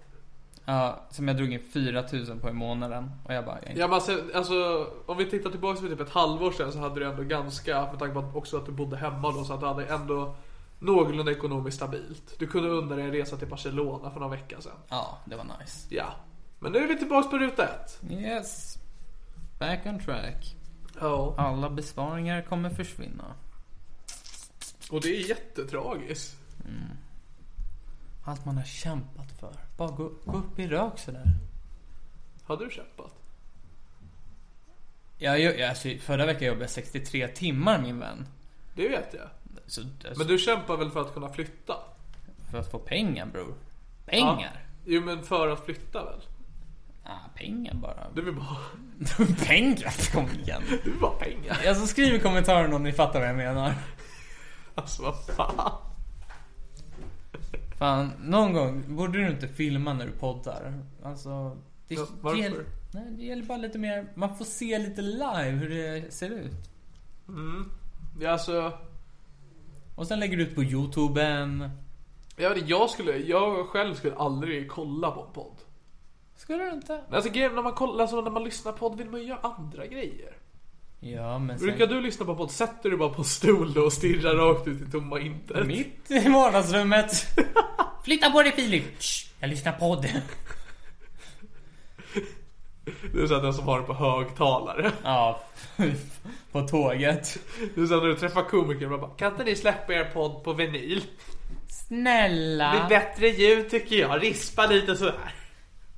[SPEAKER 4] Ja, som jag drog in 4000 på i månaden. Och jag bara...
[SPEAKER 3] Ja men sen, alltså om vi tittar tillbaka på typ ett halvår sedan så hade du ändå ganska, med tanke på att också att du bodde hemma då, så att du hade ändå någorlunda ekonomiskt stabilt. Du kunde unna dig en resa till Barcelona för några vecka sedan.
[SPEAKER 4] Ja, det var nice.
[SPEAKER 3] Ja. Men nu är vi tillbaka på ruta ett.
[SPEAKER 4] Yes. Back on track.
[SPEAKER 3] Ja.
[SPEAKER 4] Alla besparingar kommer försvinna.
[SPEAKER 3] Och det är jättetragiskt.
[SPEAKER 4] Allt man har kämpat för. Bara gå, gå upp i rök sådär.
[SPEAKER 3] Har du kämpat?
[SPEAKER 4] Jag, jag, alltså, förra veckan jobbade jag 63 timmar min vän.
[SPEAKER 3] Det vet jag.
[SPEAKER 4] Så, alltså,
[SPEAKER 3] Men du kämpar väl för att kunna flytta?
[SPEAKER 4] För att få pengar bror. Pengar?
[SPEAKER 3] Jo men för att flytta väl?
[SPEAKER 4] Ah, pengar bara.
[SPEAKER 3] Du vill bara,
[SPEAKER 4] pengar? Kom igen.
[SPEAKER 3] du vill bara ha pengar.
[SPEAKER 4] Alltså skriv i kommentaren om ni fattar vad jag menar.
[SPEAKER 3] Alltså vad fan.
[SPEAKER 4] Fan, någon gång borde du inte filma när du poddar. Alltså, det,
[SPEAKER 3] Ja,
[SPEAKER 4] det
[SPEAKER 3] varför?
[SPEAKER 4] gäller- nej, det gäller bara lite mer, man får se lite live hur det ser ut.
[SPEAKER 3] Ja, alltså,
[SPEAKER 4] Och sen lägger du ut på youtuben.
[SPEAKER 3] jag, vet, inte, jag, skulle, jag själv skulle aldrig kolla på en podd.
[SPEAKER 4] Skulle du inte?
[SPEAKER 3] Men Alltså grejen när man kollar, alltså, när man lyssnar på podd vill man ju göra andra grejer.
[SPEAKER 4] Ja men sen...
[SPEAKER 3] Brukar du lyssna på podd, sätter du bara på en stol då och stirrar rakt ut i tomma intet?
[SPEAKER 4] Mitt i vardagsrummet. Flytta på dig Filip! Shh, jag lyssnar på podd.
[SPEAKER 3] Det är såhär den som har den på högtalare.
[SPEAKER 4] ja, på tåget.
[SPEAKER 3] Det är såhär när du träffar komiker och bara Kan inte ni släppa er podd på vinyl? Det
[SPEAKER 4] Snälla.
[SPEAKER 3] är bättre ljud tycker jag, rispa lite sådär.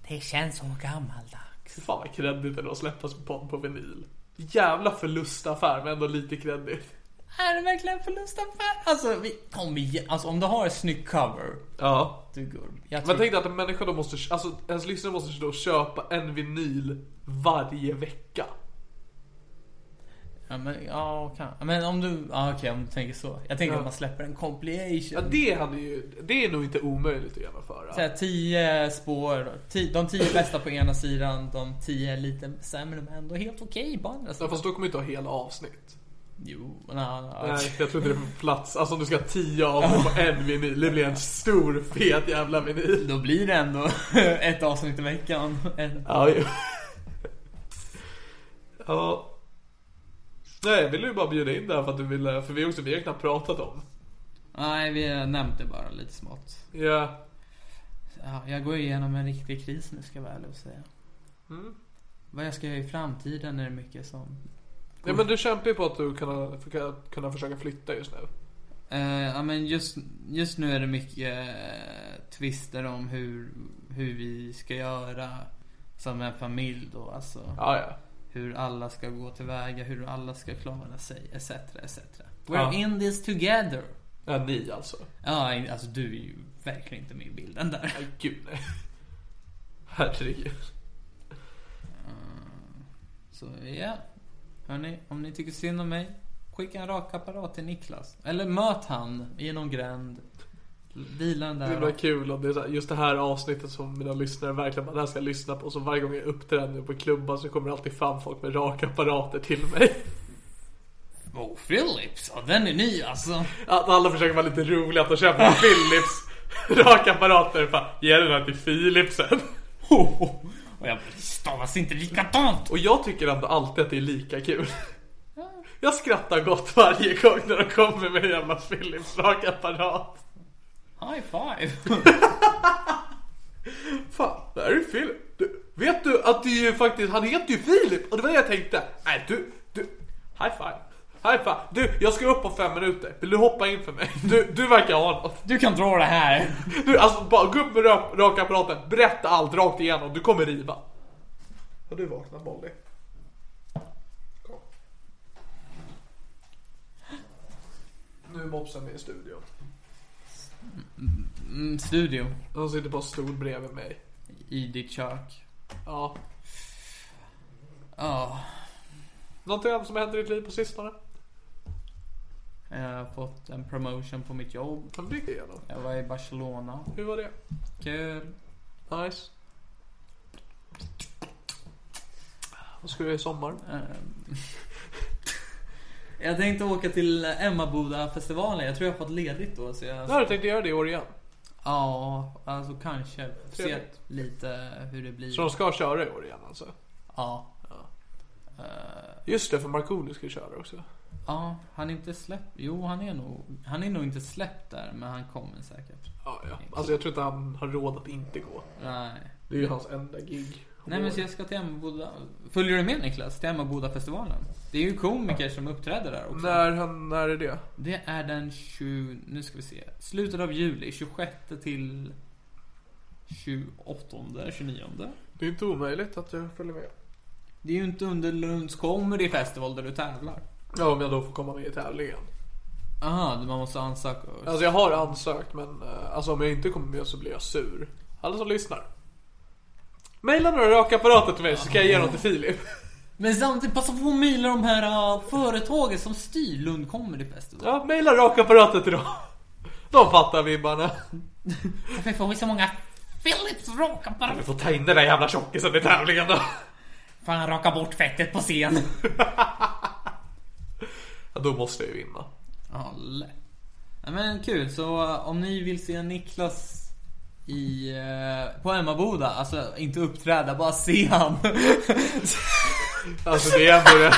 [SPEAKER 4] Det känns så gammaldags.
[SPEAKER 3] Fan vad kreddigt ändå att släppa sin podd på vinyl. Jävla förlustaffär men ändå lite kreddigt.
[SPEAKER 4] Är det verkligen en förlustaffär? Alltså, vi, kom igen. Alltså, om du har en snygg cover.
[SPEAKER 3] Ja.
[SPEAKER 4] Du går. Jag
[SPEAKER 3] Men
[SPEAKER 4] tror,
[SPEAKER 3] tänk dig att en människa då måste, alltså ens lyssnare måste då köpa en vinyl varje vecka.
[SPEAKER 4] ja, men, ja, kan, men om du... Ja, okej, om du tänker så. Jag tänker
[SPEAKER 3] Ja.
[SPEAKER 4] att man släpper en
[SPEAKER 3] Ja
[SPEAKER 4] compilation.
[SPEAKER 3] det hade ju, det är nog inte omöjligt att genomföra.
[SPEAKER 4] Så här, tio spår. Ti, de tio bästa på ena sidan. De tio lite sämre men ändå helt okej på andra
[SPEAKER 3] Ja,
[SPEAKER 4] sidan.
[SPEAKER 3] fast då kommer vi inte ha hela avsnitt.
[SPEAKER 4] Jo, na, na,
[SPEAKER 3] Nej, jag tror inte det får plats. Alltså om du ska ha tio av dem på en vinyl, det blir en stor fet jävla vinyl.
[SPEAKER 4] Då blir det ändå ett avsnitt i veckan. En-
[SPEAKER 3] Ja, ju. ja. Nej, jag ville ju bara bjuda in där för att du ville, för vi också, vi har knappt pratat om.
[SPEAKER 4] Nej, vi har nämnt det bara lite smått.
[SPEAKER 3] Ja.
[SPEAKER 4] Ja, jag går igenom en riktig kris nu ska jag vara ärlig och säga.
[SPEAKER 3] Mm.
[SPEAKER 4] Vad jag ska göra i framtiden är det mycket som...
[SPEAKER 3] Nej men du kämpar ju på att du kunna, för- kunna, kunna försöka flytta just nu.
[SPEAKER 4] Eh, ja, men just, just nu är det mycket eh, tvister om hur, hur vi ska göra som en familj då. Alltså
[SPEAKER 3] Ja, ja.
[SPEAKER 4] hur alla ska gå tillväga, hur alla ska klara sig etc. etc. We're
[SPEAKER 3] Ja.
[SPEAKER 4] in this together.
[SPEAKER 3] Ja, ni alltså.
[SPEAKER 4] Ja, alltså du är ju verkligen inte med i bilden där.
[SPEAKER 3] Nej, gud nej. Herregud.
[SPEAKER 4] Mm. Så ja. Hörni, om ni tycker synd om mig, skicka en rakapparat till Niklas. Eller möt han i någon gränd. Vila den
[SPEAKER 3] Det blir
[SPEAKER 4] där.
[SPEAKER 3] kul om det är så här, just det här avsnittet som mina lyssnare verkligen bara, det här ska jag lyssna på. Och så varje gång jag uppträder på klubbar så kommer det alltid fram folk med rakapparater till mig.
[SPEAKER 4] Oh, Philips! Ja, den är ny alltså.
[SPEAKER 3] Att alla försöker vara lite roliga, att de köper Philips. rakapparater. Fan, ge den här till Philip sen.
[SPEAKER 4] Och jag bara, "Det stavas inte likadant.
[SPEAKER 3] Och jag tycker ändå alltid att det är lika kul. Jag skrattar gott varje gång när de kommer med en jävla Philips rakapparat.
[SPEAKER 4] High five.
[SPEAKER 3] Fan, det här är ju Philip. Du, vet du att det är ju faktiskt, han heter ju Philip. Och det var det jag tänkte. Nej, du, du. High five. High five. Du, jag ska upp om fem minuter. Vill du hoppa in för mig? Du, du verkar ha något.
[SPEAKER 4] Du kan dra det här.
[SPEAKER 3] Du, alltså bara gå upp med rak- rakapparaten, berätta allt rakt igenom, du kommer riva. Har du vaknat Molly? Kom. Nu är mopsen med i studion.
[SPEAKER 4] Mm, studio.
[SPEAKER 3] Han sitter på en stol bredvid mig.
[SPEAKER 4] I ditt kök.
[SPEAKER 3] Ja.
[SPEAKER 4] Ja.
[SPEAKER 3] Någonting annat som hänt i ditt liv på sistone?
[SPEAKER 4] Jag har fått en promotion på mitt jobb.
[SPEAKER 3] Som du gick igenom.
[SPEAKER 4] Jag var i Barcelona.
[SPEAKER 3] Hur var det?
[SPEAKER 4] Kul.
[SPEAKER 3] Nice. Vad ska du göra i sommar?
[SPEAKER 4] Ehm. Jag tänkte åka till Emmaboda festivalen. Jag tror jag har fått ledigt då. Så jag...
[SPEAKER 3] Jag hade tänkt göra det i år igen.
[SPEAKER 4] Ja, alltså kanske. Se
[SPEAKER 3] Trevligt.
[SPEAKER 4] lite hur det blir.
[SPEAKER 3] Så de ska köra i år igen alltså.
[SPEAKER 4] Ja. Eh,
[SPEAKER 3] Just det, för Markoolio ska ju köra också.
[SPEAKER 4] Ja, han är inte släppt. Jo, han är nog, han är nog inte släppt där. Men han kommer säkert.
[SPEAKER 3] Ja, ja. Alltså jag tror inte han har råd att inte gå.
[SPEAKER 4] Nej.
[SPEAKER 3] Det är ju hans enda gig.
[SPEAKER 4] Nej men så jag ska till Emmaboda. Följer du med Niklas? Till Emmaboda festivalen. Det är ju komiker som uppträder där också.
[SPEAKER 3] När, han, när är det?
[SPEAKER 4] Det är den 20, nu ska vi se, slutet av juli, 26 till 28, 29.
[SPEAKER 3] Det är inte omöjligt att jag följer med.
[SPEAKER 4] Det är ju inte under Lunds Comedy Festival där du tävlar.
[SPEAKER 3] Ja, om jag då får komma med i tävlingen.
[SPEAKER 4] Aha, man måste ansöka. först.
[SPEAKER 3] Alltså jag har ansökt men eh, alltså, om jag inte kommer med så blir jag sur. Alla som lyssnar. Maila några rakapparater till mig så ska jag ge dem till Filip.
[SPEAKER 4] Men samtidigt passa på att mejla de här uh, företagen som styr Lund Comedy Festival.
[SPEAKER 3] Ja, maila rakapparater till dem. De fattar vibbarna.
[SPEAKER 4] Varför får vi så många Philips raka bara
[SPEAKER 3] Vi får ta in den där jävla tjockisen i tävlingen då.
[SPEAKER 4] Fan raka bort fettet på scen.
[SPEAKER 3] Ja, då måste jag ju vinna.
[SPEAKER 4] Ja, lätt. Ja, men kul, så eh, om ni vill se Niklas i, eh, på Emmaboda, alltså inte uppträda, bara se han.
[SPEAKER 3] Alltså det är ändå det.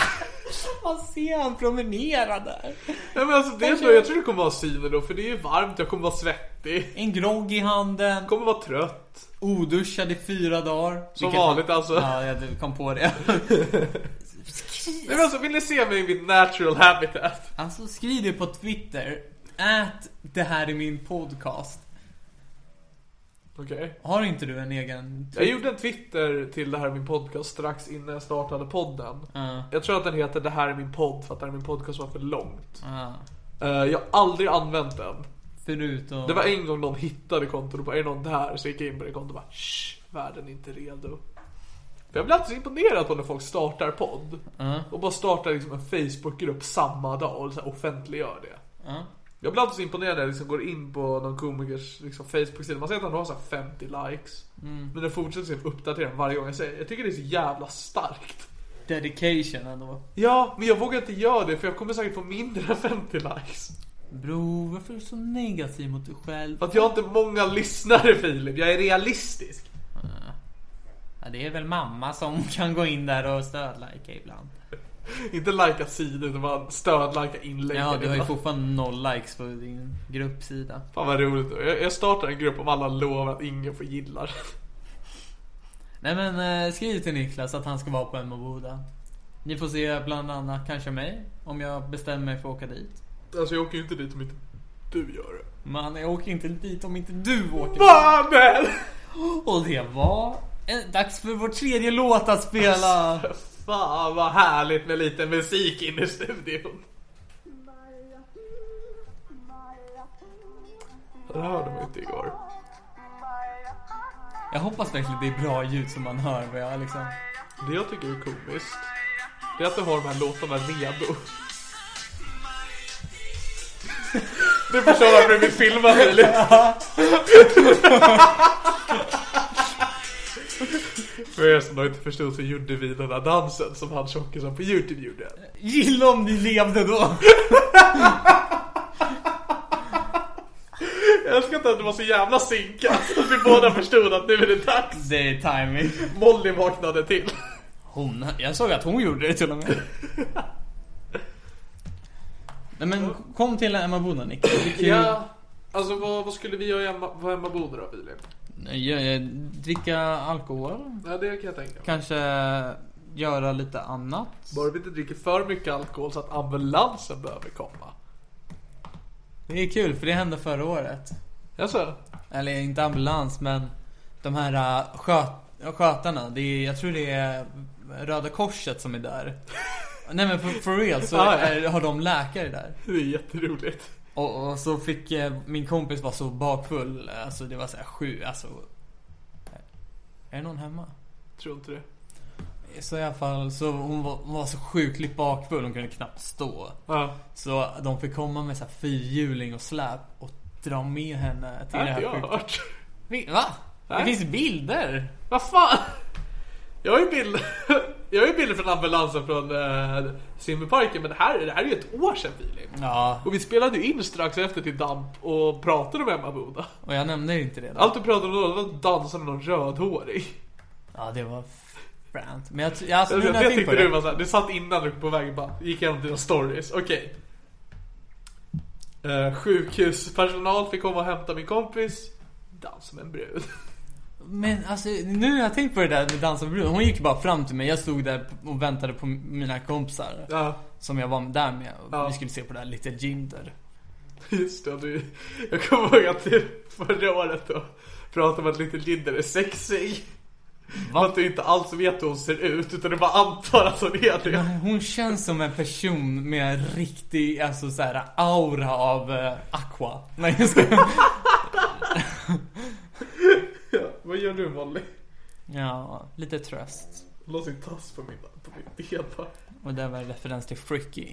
[SPEAKER 4] bara se han promenera där.
[SPEAKER 3] Nej men alltså det är ändå, jag tror det kommer vara syner då för det är ju varmt, jag kommer vara svettig.
[SPEAKER 4] En grogg i handen,
[SPEAKER 3] Jag kommer vara trött.
[SPEAKER 4] oduschad i fyra dagar.
[SPEAKER 3] Som
[SPEAKER 4] Vilket-
[SPEAKER 3] vanligt alltså.
[SPEAKER 4] Ja, jag kom på det.
[SPEAKER 3] Nej, men alltså, vill ni se mig i mitt natural habitat?
[SPEAKER 4] Alltså skriv det på Twitter. Ät det här i min podcast.
[SPEAKER 3] Okej.
[SPEAKER 4] Har inte du en egen?
[SPEAKER 3] Jag gjorde en Twitter till det här är min podcast strax innan jag startade podden.
[SPEAKER 4] Ja.
[SPEAKER 3] Jag tror att den heter det här är min podd för att det här är min podcast var för långt.
[SPEAKER 4] Ja,
[SPEAKER 3] Eh, jag har aldrig använt den.
[SPEAKER 4] förutom...
[SPEAKER 3] Det var en gång någon hittade kontot och bara är det någon där? Så gick jag in på det kontot och bara shh, världen är inte redo. För jag blir alltid så imponerad på när folk startar podd. Och bara startar liksom en Facebookgrupp samma dag och så här offentliggör det.
[SPEAKER 4] Ja.
[SPEAKER 3] Jag blir alltid så imponerad när jag liksom går in på någon komikers liksom, Facebook-sida. Man ser att han har så här 50 likes. Men den fortsätter liksom uppdatera den varje gång jag säger Jag tycker det är så jävla starkt.
[SPEAKER 4] Dedication ändå.
[SPEAKER 3] Ja, men jag vågar inte göra det för jag kommer säkert få mindre än 50 likes.
[SPEAKER 4] Bro, varför är du så negativ mot dig själv?
[SPEAKER 3] För att jag har inte många lyssnare Filip, jag är realistisk.
[SPEAKER 4] Ja, det är väl mamma som kan gå in där och stödlajka ibland.
[SPEAKER 3] Inte likea sidor utan bara stödlikea inläggen.
[SPEAKER 4] Ja, du har ju
[SPEAKER 3] ibland.
[SPEAKER 4] fortfarande noll likes på din gruppsida.
[SPEAKER 3] Fan vad roligt. Jag, jag startar en grupp om alla lovar att ingen får gilla Alltså, den.
[SPEAKER 4] Nej men eh, skriv till Niklas att han ska vara på Emmaboda. Ni får se bland annat kanske mig, om jag bestämmer mig för att åka dit.
[SPEAKER 3] Alltså jag åker ju inte dit om inte du gör det. Ah,
[SPEAKER 4] Man, jag åker inte dit om inte du åker.
[SPEAKER 3] Mannen!
[SPEAKER 4] Och det var eh, dags för vår tredje låt att spela.
[SPEAKER 3] Alltså, Fan vad härligt med lite musik in i studion. Det här hörde man inte igår.
[SPEAKER 4] Jag hoppas verkligen det är bra ljud som man hör vad jag liksom...
[SPEAKER 3] Det jag tycker är komiskt, det är att du har de här låtarna redo. Du förstår varför du blir filmad Filip. För er som då inte förstod så gjorde vi den där dansen som han tjockisen på youtube gjorde.
[SPEAKER 4] Gilla om ni levde då!
[SPEAKER 3] Jag älskar inte att det var så jävla sinkat. Att vi båda förstod att nu är det dags.
[SPEAKER 4] Det är timing.
[SPEAKER 3] Molly vaknade till.
[SPEAKER 4] Hon, jag såg att hon gjorde det till och med. Nej men kom till Emma Boda Nick. Det blir kul.
[SPEAKER 3] Ja. Alltså vad, vad skulle vi göra i Emma, vad Emma Boder då Filip?
[SPEAKER 4] Ja, ja, Dricka alkohol.
[SPEAKER 3] Ja det kan jag tänka mig.
[SPEAKER 4] Kanske göra lite annat.
[SPEAKER 3] Bara vi inte dricker för mycket alkohol så att ambulansen behöver komma.
[SPEAKER 4] Det är kul för det hände förra året.
[SPEAKER 3] Jaså?
[SPEAKER 4] Eller inte ambulans men de här äh, sköt, skötarna. Det är, jag tror det är Röda Korset som är där. Nej men for, for real så
[SPEAKER 3] Ah, ja.
[SPEAKER 4] är, har de läkare där.
[SPEAKER 3] Det är jätteroligt.
[SPEAKER 4] Och, och så fick eh, min kompis var så bakfull. Alltså det var så här sju, alltså. eh, Är det någon hemma?
[SPEAKER 3] Tror inte det.
[SPEAKER 4] Så i alla fall så hon var, hon var så sjukligt bakfull. Hon kunde knappt stå.
[SPEAKER 3] Ja.
[SPEAKER 4] Så de fick komma med så här fyrhjuling och släp och dra med henne till
[SPEAKER 3] Det
[SPEAKER 4] det
[SPEAKER 3] har
[SPEAKER 4] här
[SPEAKER 3] inte Äh, jag
[SPEAKER 4] sjukhuset.
[SPEAKER 3] hört.
[SPEAKER 4] Vi- Va? Det
[SPEAKER 3] Nej.
[SPEAKER 4] finns bilder!
[SPEAKER 3] Vad fan? Jag har ju bilder, jag har ju bilder från ambulansen från äh, simmerparken men det här, det här är ju ett år sedan Filip.
[SPEAKER 4] Ja,
[SPEAKER 3] Och vi spelade ju in strax efter till Damp och pratade om Emma Boda.
[SPEAKER 4] och jag nämnde ju inte det då.
[SPEAKER 3] Allt du pratade om då var att dansa med någon rödhårig.
[SPEAKER 4] Ja, det var fränt. Men jag, t- jag, alltså,
[SPEAKER 3] Jag,
[SPEAKER 4] nu
[SPEAKER 3] jag,
[SPEAKER 4] när jag
[SPEAKER 3] jag
[SPEAKER 4] tänker
[SPEAKER 3] tyckte
[SPEAKER 4] på
[SPEAKER 3] du
[SPEAKER 4] det.
[SPEAKER 3] var såhär, du satt innan du var på väg och bara gick igenom dina stories. Okej. Eh, sjukhuspersonal fick komma och hämta min kompis. Dans med en brud.
[SPEAKER 4] Men alltså, nu när jag tänker på det där med dansa med brud. Hon gick bara fram till mig. Jag stod där och väntade på mina kompisar.
[SPEAKER 3] Ja,
[SPEAKER 4] Som jag var där med. Och
[SPEAKER 3] Ja.
[SPEAKER 4] Vi skulle se på det här Little Jinder.
[SPEAKER 3] just det. Du, jag kommer ihåg att du förra året då pratade om att Little Jinder är sexig. Att du inte alls vet hur hon ser ut utan du bara antar att hon är det.
[SPEAKER 4] Hon känns som en person med en riktig, alltså så här, aura av eh, Aqua. Nej, jag skojar.
[SPEAKER 3] Ja, vad gör du Molly?
[SPEAKER 4] Ja, lite tröst. på
[SPEAKER 3] Låt sin tass på min, på min ben bara.
[SPEAKER 4] Och där var det referens till Fricky.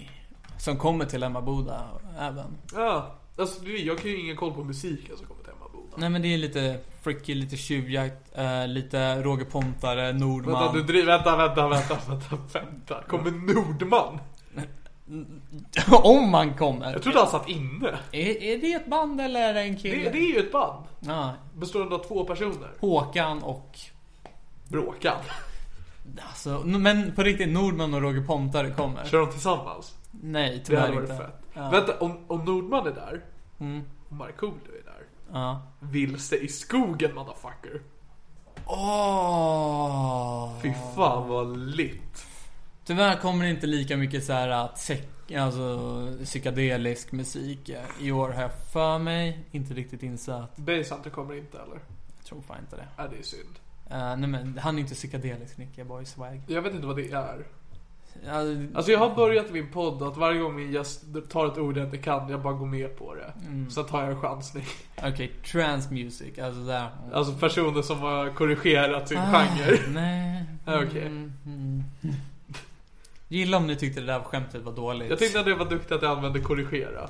[SPEAKER 4] Som kommer till Emma Boda även.
[SPEAKER 3] Ja, alltså du, jag kan ju ingen koll på musiken som kommer till Emma Boda.
[SPEAKER 4] Nej men det är lite Fricky, lite tjuvjakt, eh, lite Roger Pontare, Nordman.
[SPEAKER 3] Vänta, du driver, vänta, vänta, vänta, vänta, vänta. Kommer Nordman?
[SPEAKER 4] Om man kommer.
[SPEAKER 3] Jag trodde han satt inne.
[SPEAKER 4] Är, är det ett band eller är det en kille?
[SPEAKER 3] Det, det är ju ett band.
[SPEAKER 4] Ja,
[SPEAKER 3] Bestående av två personer.
[SPEAKER 4] Håkan och...
[SPEAKER 3] Bråkan.
[SPEAKER 4] Alltså, n- men på riktigt, Nordman och Roger Pontare kommer.
[SPEAKER 3] Kör de tillsammans?
[SPEAKER 4] Nej,
[SPEAKER 3] Det
[SPEAKER 4] tyvärr
[SPEAKER 3] hade varit
[SPEAKER 4] inte.
[SPEAKER 3] fett.
[SPEAKER 4] Ja.
[SPEAKER 3] Vänta, om, om Nordman är där,
[SPEAKER 4] Mm.
[SPEAKER 3] och Markoolio är där.
[SPEAKER 4] Ja.
[SPEAKER 3] Vilse i skogen motherfucker.
[SPEAKER 4] Åh.
[SPEAKER 3] Fy fan vad lit.
[SPEAKER 4] Tyvärr kommer det inte lika mycket så här att sek- alltså, psykedelisk musik i år har jag för mig. Inte riktigt insatt.
[SPEAKER 3] Basehunter kommer inte eller?
[SPEAKER 4] Jag tror fan inte det.
[SPEAKER 3] Ja, det är synd.
[SPEAKER 4] Eh, nej men han är inte psykedelisk Nicke Boy Swag.
[SPEAKER 3] Jag vet inte vad det är.
[SPEAKER 4] Alltså,
[SPEAKER 3] Alltså jag har börjat min podd att varje gång min gäst tar ett ord jag inte kan, jag bara går med på det. Mm. Så tar jag en chansning.
[SPEAKER 4] Mm. Okej, trans music. Alltså där.
[SPEAKER 3] Alltså personer som har korrigerat sin
[SPEAKER 4] Ah,
[SPEAKER 3] genre.
[SPEAKER 4] Nej.
[SPEAKER 3] Ja, okej.
[SPEAKER 4] Mm, mm. Gilla om ni tyckte det där skämtet var dåligt.
[SPEAKER 3] Jag tyckte att du var duktig att jag använde korrigera.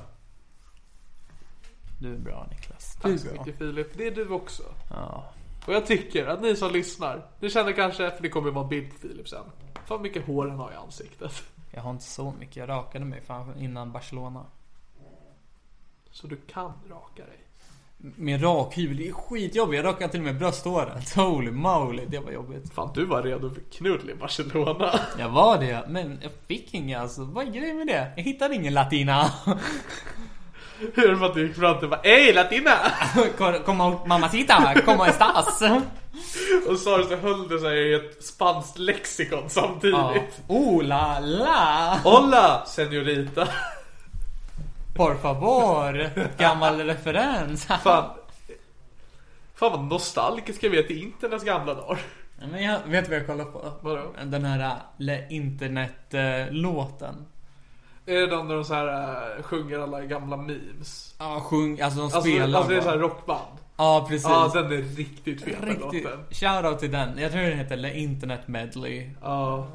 [SPEAKER 4] Du är bra Niklas. Du är
[SPEAKER 3] Tack så
[SPEAKER 4] bra.
[SPEAKER 3] mycket Filip. Det är du också.
[SPEAKER 4] Ja.
[SPEAKER 3] Och jag tycker att ni som lyssnar, ni känner kanske, för det kommer vara en bild på Filip sen. Fan mycket hår han har i ansiktet.
[SPEAKER 4] Jag har inte så mycket. Jag rakade mig fan innan Barcelona.
[SPEAKER 3] Så du kan raka dig.
[SPEAKER 4] Med rakhyvel, det är skitjobbigt. Jag rakade till och med brösthåret. Holy moly, det var jobbigt.
[SPEAKER 3] Fan du var redo för knull i Barcelona.
[SPEAKER 4] Jag var det, men jag fick inga alltså. Vad är grejen med det? Jag hittade ingen latina.
[SPEAKER 3] Hur var du gick fram till bara Ey latina!
[SPEAKER 4] Kom- Komma mamacita, komma estas.
[SPEAKER 3] Och sa det så höll det sig i ett spanskt lexikon samtidigt.
[SPEAKER 4] Ja. Oh la la!
[SPEAKER 3] Hola senorita!
[SPEAKER 4] Por favor! Gammal referens.
[SPEAKER 3] Fan. Fan vad nostalgiska vi är till internets gamla dagar.
[SPEAKER 4] Men jag vet vad jag kollar på?
[SPEAKER 3] Vadå?
[SPEAKER 4] Den här äh, Le Internet-låten.
[SPEAKER 3] Är det de där de så här äh, sjunger alla gamla memes?
[SPEAKER 4] Ja, sjung, alltså de
[SPEAKER 3] Alltså,
[SPEAKER 4] spelar
[SPEAKER 3] alltså det är så här
[SPEAKER 4] bara.
[SPEAKER 3] rockband.
[SPEAKER 4] Ja, precis.
[SPEAKER 3] Ja, den är riktigt fet den
[SPEAKER 4] Riktigt.
[SPEAKER 3] låten.
[SPEAKER 4] Shoutout till den. Jag tror den heter Le Internet Medley.
[SPEAKER 3] Ja.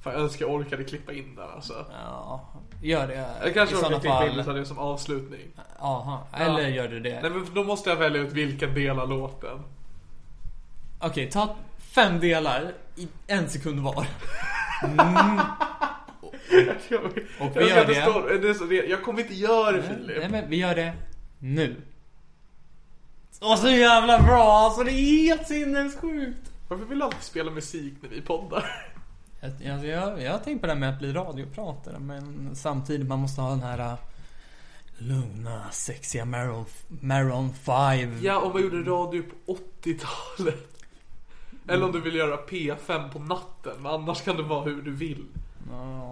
[SPEAKER 3] Fan, jag önskar jag orkade klippa in den alltså.
[SPEAKER 4] Ja, gör det.
[SPEAKER 3] Jag
[SPEAKER 4] i
[SPEAKER 3] kanske orkar
[SPEAKER 4] sådana
[SPEAKER 3] klippa
[SPEAKER 4] fall.
[SPEAKER 3] in den så här som avslutning.
[SPEAKER 4] Aha, eller
[SPEAKER 3] Ja.
[SPEAKER 4] gör du det?
[SPEAKER 3] Nej men då måste jag välja ut vilken del av låten.
[SPEAKER 4] Okej, ta fem delar i en sekund var.
[SPEAKER 3] Jag, och
[SPEAKER 4] vi gör det.
[SPEAKER 3] det. är så, det- jag kommer inte göra det Filip.
[SPEAKER 4] Nej men vi gör det nu. Och så jävla bra alltså, det är helt sinnessjukt.
[SPEAKER 3] Varför vill du alltid spela musik när vi poddar?
[SPEAKER 4] Jag, alltså, jag, jag har tänkt på det här med att bli radiopratare men samtidigt man måste ha den här äh, lugna, sexiga Maroon, Maroon 5.
[SPEAKER 3] Ja, och vad gjorde radio på 80-talet? Eller om du vill göra P5 på natten, men annars kan det vara hur du vill.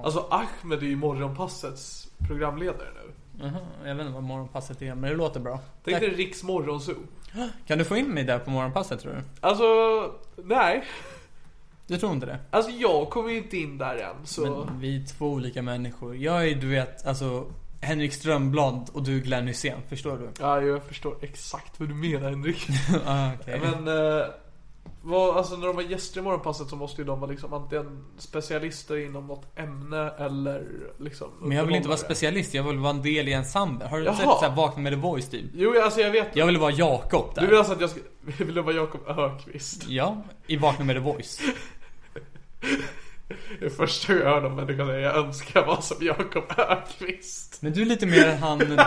[SPEAKER 3] Alltså Ahmed är ju morgonpassets programledare nu.
[SPEAKER 4] Jaha, jag vet inte vad morgonpasset är men det låter bra.
[SPEAKER 3] Tänk
[SPEAKER 4] Tack.
[SPEAKER 3] dig Riks morgonzoo.
[SPEAKER 4] Kan du få in mig där på morgonpasset tror du?
[SPEAKER 3] Alltså, nej.
[SPEAKER 4] Du tror inte det?
[SPEAKER 3] Alltså jag kommer ju inte in där än, så...
[SPEAKER 4] Men vi är två olika människor. Jag är du vet, alltså Henrik Strömblad och du är Glenn Hysén, förstår du?
[SPEAKER 3] Ja, jag förstår exakt vad du menar Henrik.
[SPEAKER 4] ah, okej.
[SPEAKER 3] Men eh, vad, alltså när de har gäster i morgonpasset så måste ju de vara liksom antingen specialister inom något ämne eller liksom
[SPEAKER 4] Men jag vill inte vara
[SPEAKER 3] underhållare.
[SPEAKER 4] specialist, jag vill vara en del i ensemble. Har du
[SPEAKER 3] Jaha.
[SPEAKER 4] sett såhär Vakna med The Voice typ?
[SPEAKER 3] Jo, alltså jag vet.
[SPEAKER 4] Jag vill vara Jakob där.
[SPEAKER 3] Du vill alltså att jag ska... Vill du vara Jakob Ökvist?
[SPEAKER 4] Ja, i Vakna med The Voice.
[SPEAKER 3] Det är första gången jag hör någon människa säga jag önskar jag var som Jakob Ökvist.
[SPEAKER 4] Men du är lite mer han...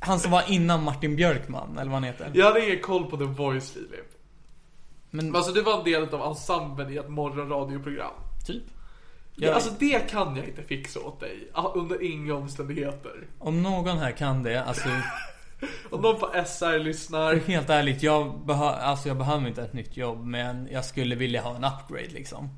[SPEAKER 4] han som var innan Martin Björkman, eller vad han heter.
[SPEAKER 3] Jag hade ingen koll på The Voice Filip.
[SPEAKER 4] Men
[SPEAKER 3] Men alltså du var en del av ensemblen i ett morgonradioprogram.
[SPEAKER 4] typ.
[SPEAKER 3] Ja.
[SPEAKER 4] Jag,
[SPEAKER 3] Alltså det kan jag inte fixa åt dig. ah, Under inga omständigheter.
[SPEAKER 4] Om någon här kan det, alltså
[SPEAKER 3] Om någon på SR lyssnar.
[SPEAKER 4] helt ärligt. Jag, behö- alltså, jag behöver inte ett nytt jobb, men jag skulle vilja ha en upgrade liksom.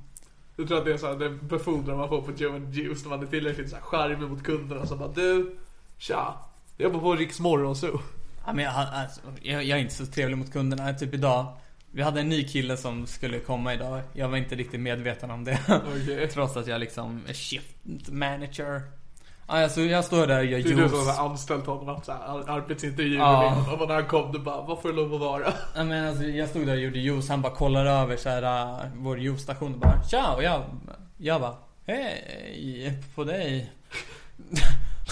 [SPEAKER 3] Du tror att det är såhär, den befordran man får på Joe and Juice när man är tillräckligt såhär charmig mot kunderna som bara du, tja, jag jobbar på Riks Morgonzoo.
[SPEAKER 4] Ja, men jag, alltså, jag, jag är inte så trevlig mot kunderna. Typ idag. Vi hade en ny kille som skulle komma idag. Jag var inte riktigt medveten om det.
[SPEAKER 3] Okej.
[SPEAKER 4] Trots att jag liksom är shift manager. Ja, Alltså jag står där och gör
[SPEAKER 3] Det är du
[SPEAKER 4] juice.
[SPEAKER 3] som har anställt honom, haft såhär ar- arbetsintervjuer
[SPEAKER 4] Ja.
[SPEAKER 3] med honom och när han kom du bara, vad får det lov att vara?
[SPEAKER 4] Ja, men alltså, jag stod där och gjorde juice. Han bara kollar över så här, äh, vår juicestation och bara Tja! Och jag, jag bara Hej på dig.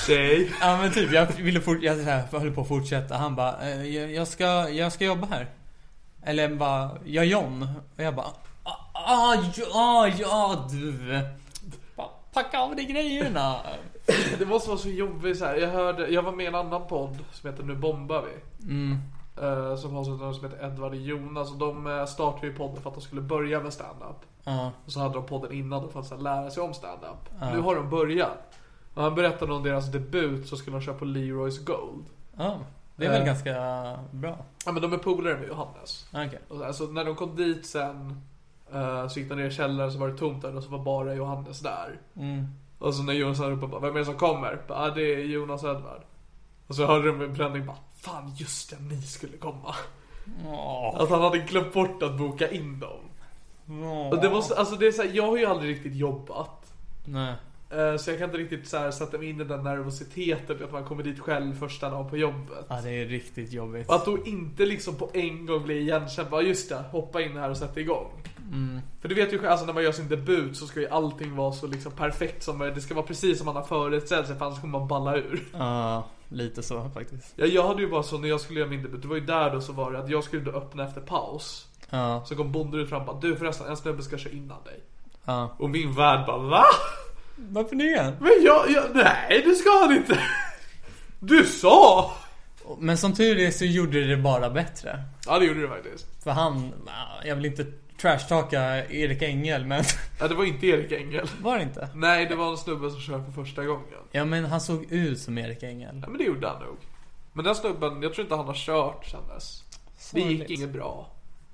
[SPEAKER 3] Tjej.
[SPEAKER 4] Ja men typ, jag ville fort, jag så här, höll på att fortsätta. Han bara, eh, jag, jag, ska, jag ska jobba här. Eller bara, jag är John. Och jag bara, ah, ah, ja, ja du. Bara, Packa av dig grejerna.
[SPEAKER 3] Det måste vara så jobbigt såhär, jag hörde, jag var med i en annan podd som heter Nu bombar vi.
[SPEAKER 4] Mm.
[SPEAKER 3] Eh, som har sådana som heter Edvard och Jonas och de eh, startade ju podden för att de skulle börja med stand-up.
[SPEAKER 4] Ja,
[SPEAKER 3] Och så hade de podden innan då för att så här lära sig om stand-up. Nu har de börjat. Och han berättade om deras debut så skulle de köra på Leroy's Gold.
[SPEAKER 4] ja. Det är väl
[SPEAKER 3] Eh.
[SPEAKER 4] ganska bra.
[SPEAKER 3] Ja men de är polare med Johannes.
[SPEAKER 4] Okej.
[SPEAKER 3] Och så här, så när de kom dit sen eh, så gick de ner i källaren så var det tomt där och så var bara Johannes där.
[SPEAKER 4] Mm.
[SPEAKER 3] Och så när Jonas hade uppe bara, vem är det som kommer? Bara, ah, det är Jonas och Edvard. Och så hörde de en bränning bara, fan just det, ni skulle komma.
[SPEAKER 4] Åh,
[SPEAKER 3] Att han hade glömt bort att boka in dem.
[SPEAKER 4] åh.
[SPEAKER 3] Och det måste, alltså det är så här, jag har ju aldrig riktigt jobbat.
[SPEAKER 4] Nej.
[SPEAKER 3] Eh, Så jag kan inte riktigt så här sätta mig in i den nervositeten att man kommer dit själv första dagen på jobbet.
[SPEAKER 4] Ja, det är riktigt jobbigt.
[SPEAKER 3] Och att då inte liksom på en gång bli igenkänd. Bara just det, hoppa in här och sätta igång. För du vet ju själv, alltså när man gör sin debut så ska ju allting vara så liksom perfekt som möjligt. Det ska vara precis som man har förutsett sig för annars kommer man balla ur.
[SPEAKER 4] Ja, lite så faktiskt.
[SPEAKER 3] Jag, jag hade ju bara så när jag skulle göra min debut, det var ju där då så var det att jag skulle då öppna efter paus.
[SPEAKER 4] Ja,
[SPEAKER 3] Så kom bonden ut fram och bara du förresten en snubbe ska köra innan dig.
[SPEAKER 4] ja.
[SPEAKER 3] Och min värld bara va?
[SPEAKER 4] Varför det?
[SPEAKER 3] Men jag, jag nej det ska han inte. Du sa!
[SPEAKER 4] Men som tur är så gjorde det bara bättre.
[SPEAKER 3] Ja det gjorde det faktiskt.
[SPEAKER 4] För han, jag vill inte trashtalka Erik Engel men
[SPEAKER 3] Ja, det var inte Erik Engel.
[SPEAKER 4] var det inte?
[SPEAKER 3] Nej, det var en snubbe som körde för första gången.
[SPEAKER 4] Ja men han såg ut som Erik Engel.
[SPEAKER 3] Ja, men det gjorde han nog. Men den snubben, jag tror inte han har kört sen dess. Det gick
[SPEAKER 4] Sorgligt.
[SPEAKER 3] inget bra.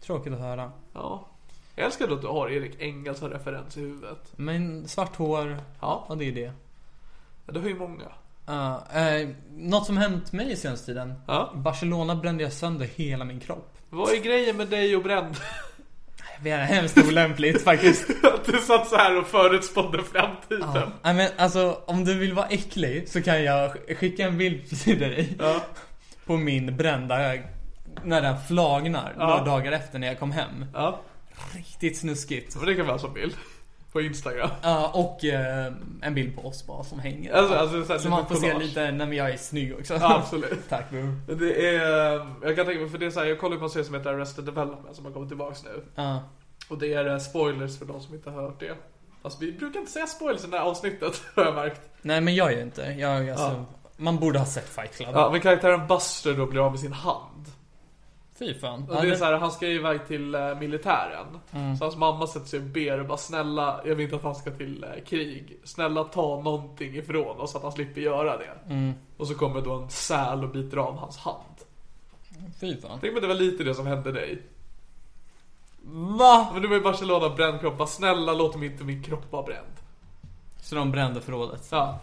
[SPEAKER 4] Tråkigt att höra.
[SPEAKER 3] Ja. Jag älskar att du har Erik Engel som referens i huvudet.
[SPEAKER 4] Men svart hår,
[SPEAKER 3] Ja.
[SPEAKER 4] ja det är det.
[SPEAKER 3] Ja, det har ju många.
[SPEAKER 4] Uh, eh, något som hänt mig senaste tiden.
[SPEAKER 3] Ja.
[SPEAKER 4] I Barcelona brände jag sönder hela min kropp.
[SPEAKER 3] Vad är grejen med dig och Bränd?
[SPEAKER 4] Det är hemskt olämpligt faktiskt.
[SPEAKER 3] Att du satt så här och förutspådde framtiden.
[SPEAKER 4] Ja. Nej, men alltså om du vill vara äcklig så kan jag sk- skicka en bild till dig.
[SPEAKER 3] Ja.
[SPEAKER 4] På min brända, när den flagnar.
[SPEAKER 3] Ja.
[SPEAKER 4] Några dagar efter när jag kom hem.
[SPEAKER 3] Ja.
[SPEAKER 4] Riktigt snuskigt.
[SPEAKER 3] Men det kan vara som bild. På Instagram.
[SPEAKER 4] Ja, och eh, en bild på oss bara som hänger.
[SPEAKER 3] Alltså, alltså, så här,
[SPEAKER 4] så
[SPEAKER 3] lite
[SPEAKER 4] man får se
[SPEAKER 3] collage.
[SPEAKER 4] lite, nej men jag är snygg också.
[SPEAKER 3] Ja, absolut.
[SPEAKER 4] Tack bror.
[SPEAKER 3] Det är, jag kan tänka mig, för det är så här, jag kollar på en serie som heter Arrested Development som har kommit tillbaks nu.
[SPEAKER 4] Ja.
[SPEAKER 3] Och det är eh, spoilers för de som inte har hört det. Alltså, Fast vi brukar inte säga spoilers i det här avsnittet, har jag märkt.
[SPEAKER 4] Nej men jag gör inte. Jag, alltså, Man borde ha sett Fight Club.
[SPEAKER 3] Ja, men karaktären Buster då blir av med sin hand.
[SPEAKER 4] Fy fan.
[SPEAKER 3] Och det är så här, han ska ju iväg till eh, militären.
[SPEAKER 4] Mm.
[SPEAKER 3] Så hans mamma sätter sig och ber och bara snälla, jag vill inte att han ska till eh, krig. Snälla ta någonting ifrån oss så att han slipper göra det.
[SPEAKER 4] Mm.
[SPEAKER 3] Och så kommer då en säl och biter av hans hand.
[SPEAKER 4] Fy fan.
[SPEAKER 3] Tänk om det var lite det som hände dig.
[SPEAKER 4] Va?
[SPEAKER 3] Men du var i Barcelona bränd kropp, bara snälla låt mig inte min kropp vara bränd.
[SPEAKER 4] Så de brände förrådet.
[SPEAKER 3] Ja.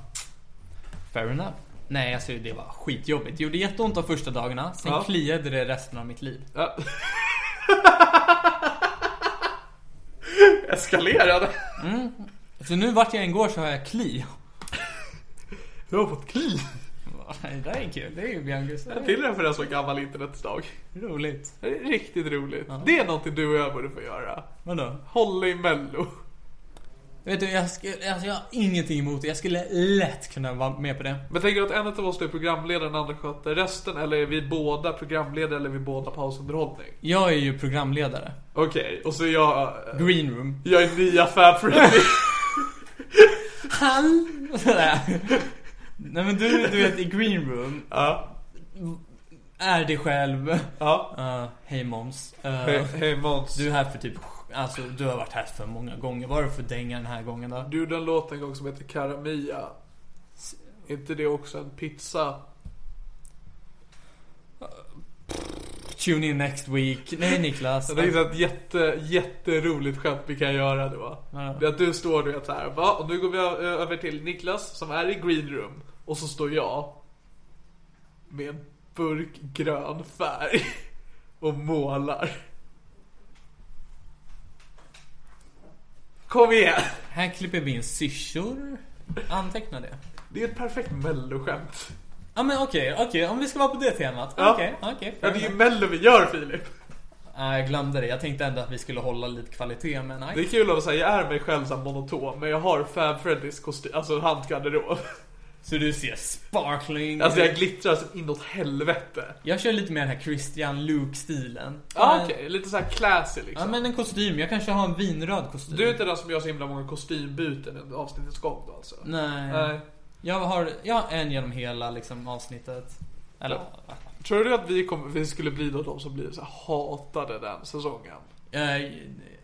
[SPEAKER 4] Fair enough. Nej, alltså det var skitjobbigt. Det gjorde jätteont de första dagarna. Sen
[SPEAKER 3] Ja.
[SPEAKER 4] kliade det resten av mitt liv.
[SPEAKER 3] ja. Eskalerade.
[SPEAKER 4] Så nu vart jag än går så har jag kli.
[SPEAKER 3] Du har fått kli.
[SPEAKER 4] Va, Det där är kul. Det är ju Biancas. Det är
[SPEAKER 3] Till och med en så gammal internetsdag.
[SPEAKER 4] roligt.
[SPEAKER 3] Det är riktigt roligt. Det är någonting du och jag borde få göra.
[SPEAKER 4] Vadå?
[SPEAKER 3] Hålla i mello.
[SPEAKER 4] Vet du, jag, skulle, alltså jag har ingenting emot det. Jag skulle lätt kunna vara med på det.
[SPEAKER 3] Men tänker du att en av oss är programledare och den andra sköter resten? Eller är vi båda programledare eller är vi båda pausunderhållning?
[SPEAKER 4] Jag är ju programledare.
[SPEAKER 3] Okej, och så är jag... eh,
[SPEAKER 4] Green room.
[SPEAKER 3] Jag är nya Fab Freddy.
[SPEAKER 4] Hall! Sådär. Nej men du, du vet i green room.
[SPEAKER 3] ja,
[SPEAKER 4] Är dig själv.
[SPEAKER 3] ja.
[SPEAKER 4] Eh, Hej Måns. Eh,
[SPEAKER 3] Hej hej, Måns.
[SPEAKER 4] Du
[SPEAKER 3] Du...
[SPEAKER 4] är här för typ, alltså du har varit här för många gånger. Vad är det för dänga den här gången då?
[SPEAKER 3] du gjorde en låt en gång som heter Karamia. Är inte det också en pizza?
[SPEAKER 4] Tune in next week. Nej Niklas.
[SPEAKER 3] Det är ett jätte, jätteroligt skämt vi kan göra då.
[SPEAKER 4] Ja.
[SPEAKER 3] Det är att du står du vet såhär, va? Och nu går vi ö- över till Niklas som är i green room. Och så står jag. Med en burk grön färg. Och målar. Kom igen!
[SPEAKER 4] Här klipper vi in syrsor. Anteckna det.
[SPEAKER 3] Det är ett perfekt melloskämt.
[SPEAKER 4] Ja men okej, okej. Om vi ska vara på det temat.
[SPEAKER 3] Ja.
[SPEAKER 4] Okej, okej.
[SPEAKER 3] Ja, det är ju mello vi gör Filip.
[SPEAKER 4] Nej, jag glömde det. Jag tänkte ändå att vi skulle hålla lite kvalitet, men
[SPEAKER 3] Det är
[SPEAKER 4] nej.
[SPEAKER 3] kul att säga, jag är mig själv som monotom. Men jag har Fab Freddys kostym, alltså handgarderob.
[SPEAKER 4] Så du ser sparkling.
[SPEAKER 3] Alltså jag glittrar så inåt helvete.
[SPEAKER 4] Jag kör lite mer den här Christian Luke-stilen.
[SPEAKER 3] Ja okej, lite såhär classy liksom.
[SPEAKER 4] Ja, men en kostym. Jag kanske har en vinröd kostym.
[SPEAKER 3] Du är inte den som gör så himla många kostymbyten under avsnittets gång då alltså?
[SPEAKER 4] Nej.
[SPEAKER 3] Nej.
[SPEAKER 4] Jag, har, jag har en genom hela liksom, avsnittet. Eller,
[SPEAKER 3] Tror du att vi, kommer, vi skulle bli då de som blir så här hatade den säsongen?
[SPEAKER 4] eh,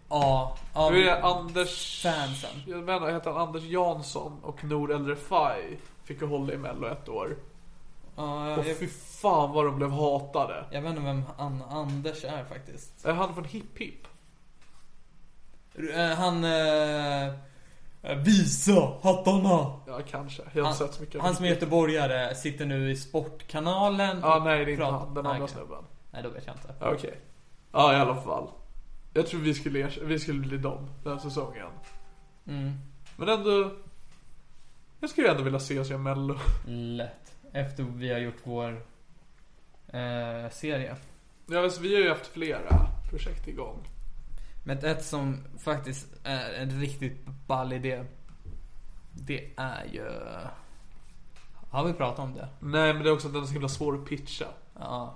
[SPEAKER 4] ja. ja,
[SPEAKER 3] Du är Anders...
[SPEAKER 4] Fansen.
[SPEAKER 3] Jag menar, heter han Anders Jansson och Nour El Refai fick ju hålla i mello ett år.
[SPEAKER 4] Ja,
[SPEAKER 3] Och
[SPEAKER 4] jag,
[SPEAKER 3] fy fan vad de blev hatade.
[SPEAKER 4] jag vet inte vem An- Anders är faktiskt.
[SPEAKER 3] Är han från Hipp Hipp?
[SPEAKER 4] Eh, Han... Eh, visa hattarna!
[SPEAKER 3] Ja, kanske. Jag har
[SPEAKER 4] Han,
[SPEAKER 3] inte sett så mycket av
[SPEAKER 4] han som är
[SPEAKER 3] Hipp Hipp.
[SPEAKER 4] göteborgare sitter nu i Sportkanalen.
[SPEAKER 3] Ja,
[SPEAKER 4] och
[SPEAKER 3] nej det är inte
[SPEAKER 4] pratar-
[SPEAKER 3] han. Den
[SPEAKER 4] Nej,
[SPEAKER 3] andra
[SPEAKER 4] okej.
[SPEAKER 3] snubben.
[SPEAKER 4] Nej, då vet jag inte.
[SPEAKER 3] Ja, Okej. Ja, i alla fall. Jag tror vi skulle, ers- vi skulle bli dem den här säsongen.
[SPEAKER 4] Mm.
[SPEAKER 3] Men ändå... Jag skulle ju ändå vilja se oss göra mello.
[SPEAKER 4] Lätt. Efter vi har gjort vår eh, serie.
[SPEAKER 3] Ja, alltså, vi har ju haft flera projekt igång.
[SPEAKER 4] Men ett som faktiskt är en riktigt ball idé. Det är ju... Har vi pratat om det?
[SPEAKER 3] Nej, men det är också att den är så himla svår att pitcha.
[SPEAKER 4] Ja.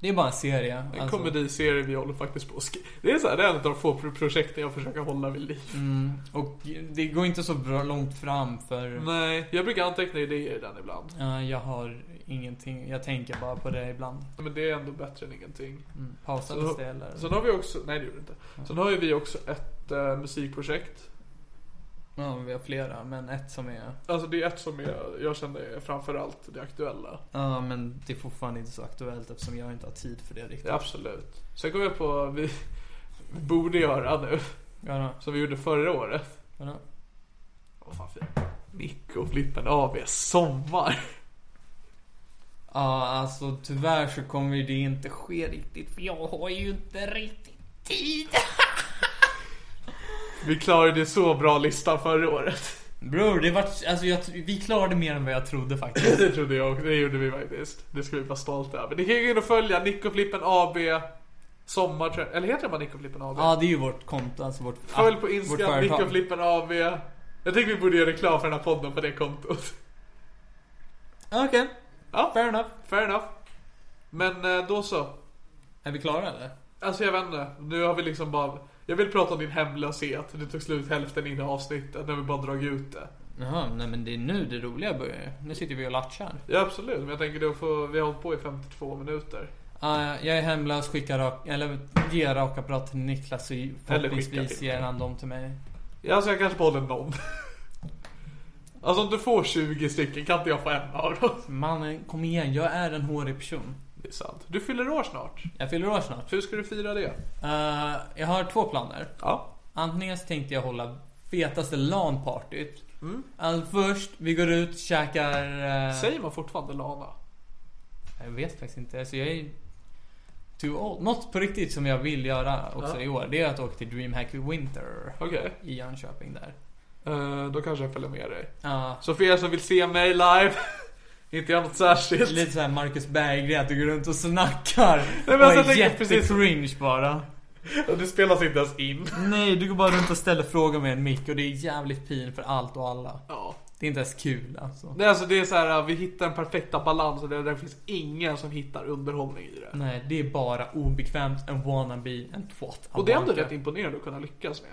[SPEAKER 4] Det är bara en serie.
[SPEAKER 3] En
[SPEAKER 4] alltså.
[SPEAKER 3] komediserie vi håller faktiskt på att sk- Det är så här, det är en av de få pro- projekten jag försöker hålla vid liv.
[SPEAKER 4] Mm. Och det går inte så bra långt fram för...
[SPEAKER 3] Nej, jag brukar anteckna idéer i den ibland.
[SPEAKER 4] Ja, jag har ingenting. Jag tänker bara på det ibland.
[SPEAKER 3] Men det är ändå bättre än ingenting.
[SPEAKER 4] Mm. Pausades det eller?
[SPEAKER 3] Sen har vi också, nej det gjorde det inte. Sen har ju vi också ett eh, musikprojekt.
[SPEAKER 4] Ja, vi har flera. Men ett som är...
[SPEAKER 3] Alltså det är ett som är, jag känner är framförallt det aktuella.
[SPEAKER 4] Ja, men det är fortfarande inte så aktuellt eftersom jag inte har tid för det riktigt.
[SPEAKER 3] Ja, absolut. Sen kom jag på vad vi borde göra nu,
[SPEAKER 4] Ja, då.
[SPEAKER 3] som vi gjorde förra året.
[SPEAKER 4] Ja, då.
[SPEAKER 3] Vad fan fint. Micke och Flippen AB sommar.
[SPEAKER 4] Ja, alltså tyvärr så kommer ju det inte ske riktigt för jag har ju inte riktigt tid.
[SPEAKER 3] Vi klarade så bra listan förra året.
[SPEAKER 4] Bror, det vart, alltså jag, vi klarade mer än vad jag trodde faktiskt.
[SPEAKER 3] Det trodde jag också. Det gjorde vi faktiskt. Det ska vi vara stolta över. Ni kan ju gå in och följa Nick och Flippen AB sommar, tror jag. eller heter det bara Nick och Flippen AB?
[SPEAKER 4] Ja, det är ju vårt konto, alltså vårt
[SPEAKER 3] Följ
[SPEAKER 4] ah,
[SPEAKER 3] på
[SPEAKER 4] vårt
[SPEAKER 3] Instagram,
[SPEAKER 4] företag.
[SPEAKER 3] Nick och Flippen AB. Jag tycker vi borde göra reklam för den här podden på det kontot.
[SPEAKER 4] Okej,
[SPEAKER 3] Ja,
[SPEAKER 4] fair enough.
[SPEAKER 3] fair enough. Men eh, då så.
[SPEAKER 4] Är vi klara eller?
[SPEAKER 3] Alltså jag vet inte. Nu har vi liksom bara... Jag vill prata om din hemlöshet. Det tog slut hälften in i avsnittet när vi bara dragit ut det.
[SPEAKER 4] Jaha, nej men det är nu det roliga börjar. Nu sitter vi och latchar.
[SPEAKER 3] Ja absolut, men jag tänker då får vi har hållit på i 52 minuter.
[SPEAKER 4] Ah, jag är hemlös, skicka rak, eller ge rakapparat till Niklas så
[SPEAKER 3] skicka
[SPEAKER 4] förhoppningsvis
[SPEAKER 3] till
[SPEAKER 4] ger
[SPEAKER 3] mig.
[SPEAKER 4] han dem till mig.
[SPEAKER 3] Ja, Alltså jag kanske behåller någon. Alltså om du får 20 stycken kan inte jag få en av dem.
[SPEAKER 4] Mannen, kom igen, jag är en hårig person.
[SPEAKER 3] Det är sant. Du fyller år snart.
[SPEAKER 4] Jag fyller år snart.
[SPEAKER 3] Hur ska du fira det?
[SPEAKER 4] Eh, jag har två planer.
[SPEAKER 3] Ja.
[SPEAKER 4] Antingen så tänkte jag hålla fetaste LAN-partyt. Alltså först, vi går ut, käkar... eh,
[SPEAKER 3] Säger man fortfarande Lana?
[SPEAKER 4] Jag vet faktiskt inte. Alltså jag är too old. Något på riktigt som jag vill göra också
[SPEAKER 3] Ja.
[SPEAKER 4] i år, det är att åka till Dreamhack Winter.
[SPEAKER 3] Okej.
[SPEAKER 4] I Jönköping där.
[SPEAKER 3] Eh, då kanske jag följer med dig.
[SPEAKER 4] Ja,
[SPEAKER 3] Så för er som vill se mig live, inte gör något särskilt.
[SPEAKER 4] Lite såhär Marcus Berggren, att du går runt och snackar.
[SPEAKER 3] men
[SPEAKER 4] och
[SPEAKER 3] alltså, jag
[SPEAKER 4] är
[SPEAKER 3] tänker precis-
[SPEAKER 4] jättecringe bara.
[SPEAKER 3] Det spelas inte ens in.
[SPEAKER 4] Nej, du går bara runt och ställer frågor med en mick och det är jävligt pin för allt och alla.
[SPEAKER 3] Ja.
[SPEAKER 4] Det är inte ens kul alltså.
[SPEAKER 3] Nej alltså det är så här, vi hittar den perfekta balansen där det finns ingen som hittar underhållning i det.
[SPEAKER 4] Nej, det är bara obekvämt, en wannabe, en twat.
[SPEAKER 3] Och det är ändå
[SPEAKER 4] Albanka.
[SPEAKER 3] rätt imponerande att kunna lyckas med.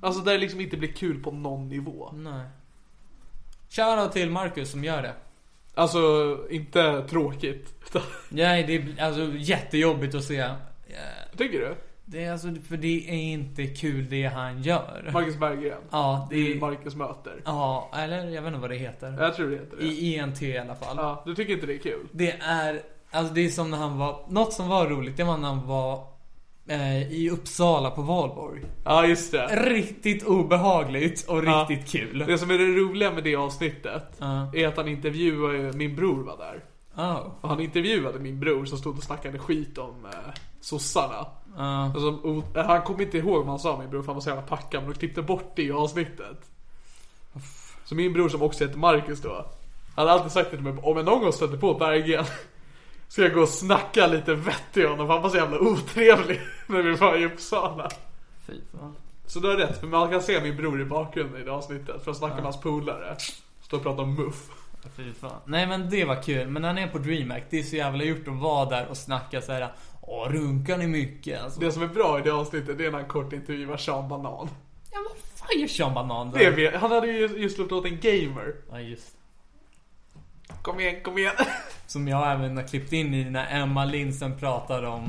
[SPEAKER 3] Alltså där det liksom inte blir kul på någon nivå.
[SPEAKER 4] Nej. Shoutout till Marcus som gör det.
[SPEAKER 3] Alltså inte tråkigt. utan-
[SPEAKER 4] Nej, det är alltså jättejobbigt att se. Eh,
[SPEAKER 3] Tycker du?
[SPEAKER 4] Det är alltså, för det är inte kul det han gör.
[SPEAKER 3] Marcus Berggren.
[SPEAKER 4] Ja, det
[SPEAKER 3] I
[SPEAKER 4] är...
[SPEAKER 3] Marcus möter.
[SPEAKER 4] Ja, eller jag vet inte vad det heter.
[SPEAKER 3] Jag tror det heter det.
[SPEAKER 4] I ENT i alla fall.
[SPEAKER 3] Ja, du tycker inte det är kul?
[SPEAKER 4] Det är, alltså det är som när han var, något som var roligt det var när han var eh, i Uppsala på valborg.
[SPEAKER 3] Ja, just det.
[SPEAKER 4] Riktigt obehagligt och
[SPEAKER 3] Ja.
[SPEAKER 4] riktigt kul.
[SPEAKER 3] Det som är det roliga med det avsnittet
[SPEAKER 4] Ja.
[SPEAKER 3] är att han intervjuar ju- min bror var där.
[SPEAKER 4] Oh.
[SPEAKER 3] Och han intervjuade min bror som stod och snackade skit om eh, sossarna.
[SPEAKER 4] Ja.
[SPEAKER 3] Alltså, o- han kom inte ihåg vad han sa min bror för han var så jävla packad men de klippte bort det i avsnittet. Så min bror som också heter Marcus då. Han hade alltid sagt det till mig. Om jag någon gång stöter på Berggren. Ska jag gå och snacka lite vett i honom för han var så jävla otrevlig när vi var i Uppsala.
[SPEAKER 4] Fy fan.
[SPEAKER 3] Så du har rätt, för man kan se min bror i bakgrunden i det avsnittet. För att snacka med hans polare. Står och pratar om muff.
[SPEAKER 4] Fy fan. Nej men det var kul. Men när han är på DreamHack, det är så jävla gjort att vara där och snacka så här. Åh, runkar ni mycket? Alltså,
[SPEAKER 3] Det som är bra i det avsnittet det är när han kort intervjuar Sean Banan.
[SPEAKER 4] ja, vad fan gör Sean Banan där?
[SPEAKER 3] Det vet, han hade ju just släppt åt en gamer.
[SPEAKER 4] Ja, just det.
[SPEAKER 3] Kom igen, kom igen.
[SPEAKER 4] Som jag även har klippt in i när Emma Lindsen pratar om,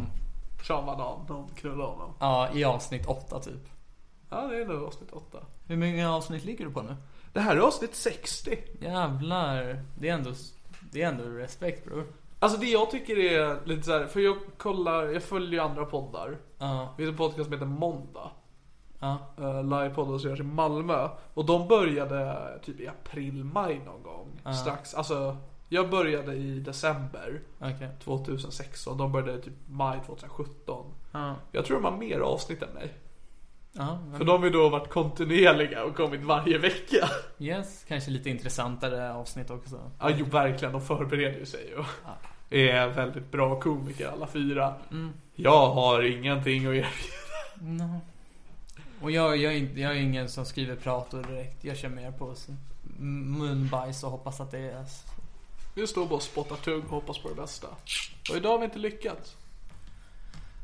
[SPEAKER 3] Sean Banan, de knullar honom.
[SPEAKER 4] ja, i avsnitt 8 typ.
[SPEAKER 3] Ja, det är nog avsnitt 8.
[SPEAKER 4] Hur många avsnitt ligger du på nu?
[SPEAKER 3] Det här är avsnitt 60.
[SPEAKER 4] Jävlar. Det är ändå, det är ändå respekt bror.
[SPEAKER 3] Alltså det jag tycker är lite så här, för jag kollar, jag följer ju andra poddar.
[SPEAKER 4] Ja,
[SPEAKER 3] Det finns en podcast som heter Måndag.
[SPEAKER 4] ja,
[SPEAKER 3] Uh, Livepodden som görs i Malmö. Och de började typ i april, maj någon gång.
[SPEAKER 4] Ja.
[SPEAKER 3] Strax, alltså jag började i december
[SPEAKER 4] okej.
[SPEAKER 3] 2016. De började typ maj 2017.
[SPEAKER 4] Ja,
[SPEAKER 3] Jag tror de har mer avsnitt än mig.
[SPEAKER 4] ja, men-
[SPEAKER 3] För de har ju då varit kontinuerliga och kommit varje vecka.
[SPEAKER 4] yes. Kanske lite intressantare avsnitt också.
[SPEAKER 3] Ja, jo verkligen. De förbereder ju sig ju. Är väldigt bra komiker alla fyra. Jag har ingenting att erbjuda.
[SPEAKER 4] No. Och jag, jag, är inte- jag är ingen som skriver prator direkt. Jag kör mer på så- m- munbajs och hoppas att det är...
[SPEAKER 3] Vi står bara och spottar tugg och hoppas på det bästa. Och idag har vi inte lyckats.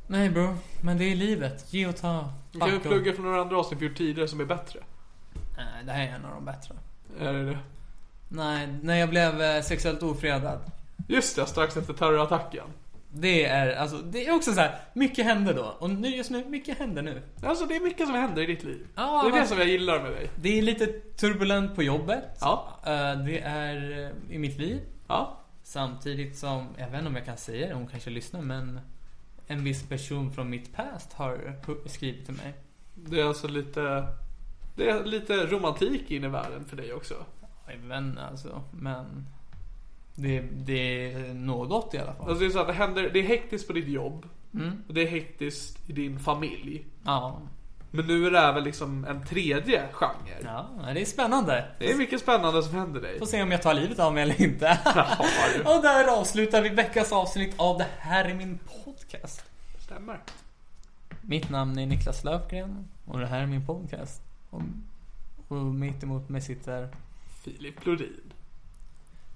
[SPEAKER 4] Nej bror, men det är livet. Ge och ta.
[SPEAKER 3] Vi kan ju
[SPEAKER 4] Fuck och-
[SPEAKER 3] plugga från några andra avsnitt vi gjort tidigare som är bättre.
[SPEAKER 4] Nej, det här är en av de bättre.
[SPEAKER 3] Är det det?
[SPEAKER 4] Nej, när jag blev eh, sexuellt ofredad.
[SPEAKER 3] Just det, strax efter terrorattacken.
[SPEAKER 4] Det är alltså, det är också så här, mycket händer då. Och nu just nu, mycket händer nu.
[SPEAKER 3] Alltså det är mycket som händer i ditt liv.
[SPEAKER 4] Ja,
[SPEAKER 3] det är det
[SPEAKER 4] vad-
[SPEAKER 3] som jag gillar med dig.
[SPEAKER 4] Det är lite turbulent på jobbet.
[SPEAKER 3] Ja.
[SPEAKER 4] Eh, Det är eh, i mitt liv.
[SPEAKER 3] Ja.
[SPEAKER 4] Samtidigt som, jag vet inte om jag kan säga det, hon kanske lyssnar men en viss person från mitt past har hu- skrivit till mig.
[SPEAKER 3] Det är alltså lite... Det är lite romantik in i världen för dig också.
[SPEAKER 4] Jag vet inte alltså, men det, det är något i alla fall.
[SPEAKER 3] Alltså det är så att det händer, det är hektiskt på ditt jobb.
[SPEAKER 4] Mm.
[SPEAKER 3] Och det är hektiskt i din familj.
[SPEAKER 4] Ja,
[SPEAKER 3] Men nu är det även liksom en tredje genre.
[SPEAKER 4] ja, det är spännande.
[SPEAKER 3] Det är mycket spännande som händer dig.
[SPEAKER 4] Får se om jag tar livet av mig eller inte.
[SPEAKER 3] Jaha, du.
[SPEAKER 4] Och där avslutar vi veckans avsnitt av Det här är min podcast.
[SPEAKER 3] Stämmer.
[SPEAKER 4] Mitt namn är Niklas Löfgren och det här är min podcast. Och, och mitt emot mig sitter...
[SPEAKER 3] Filip Lodin.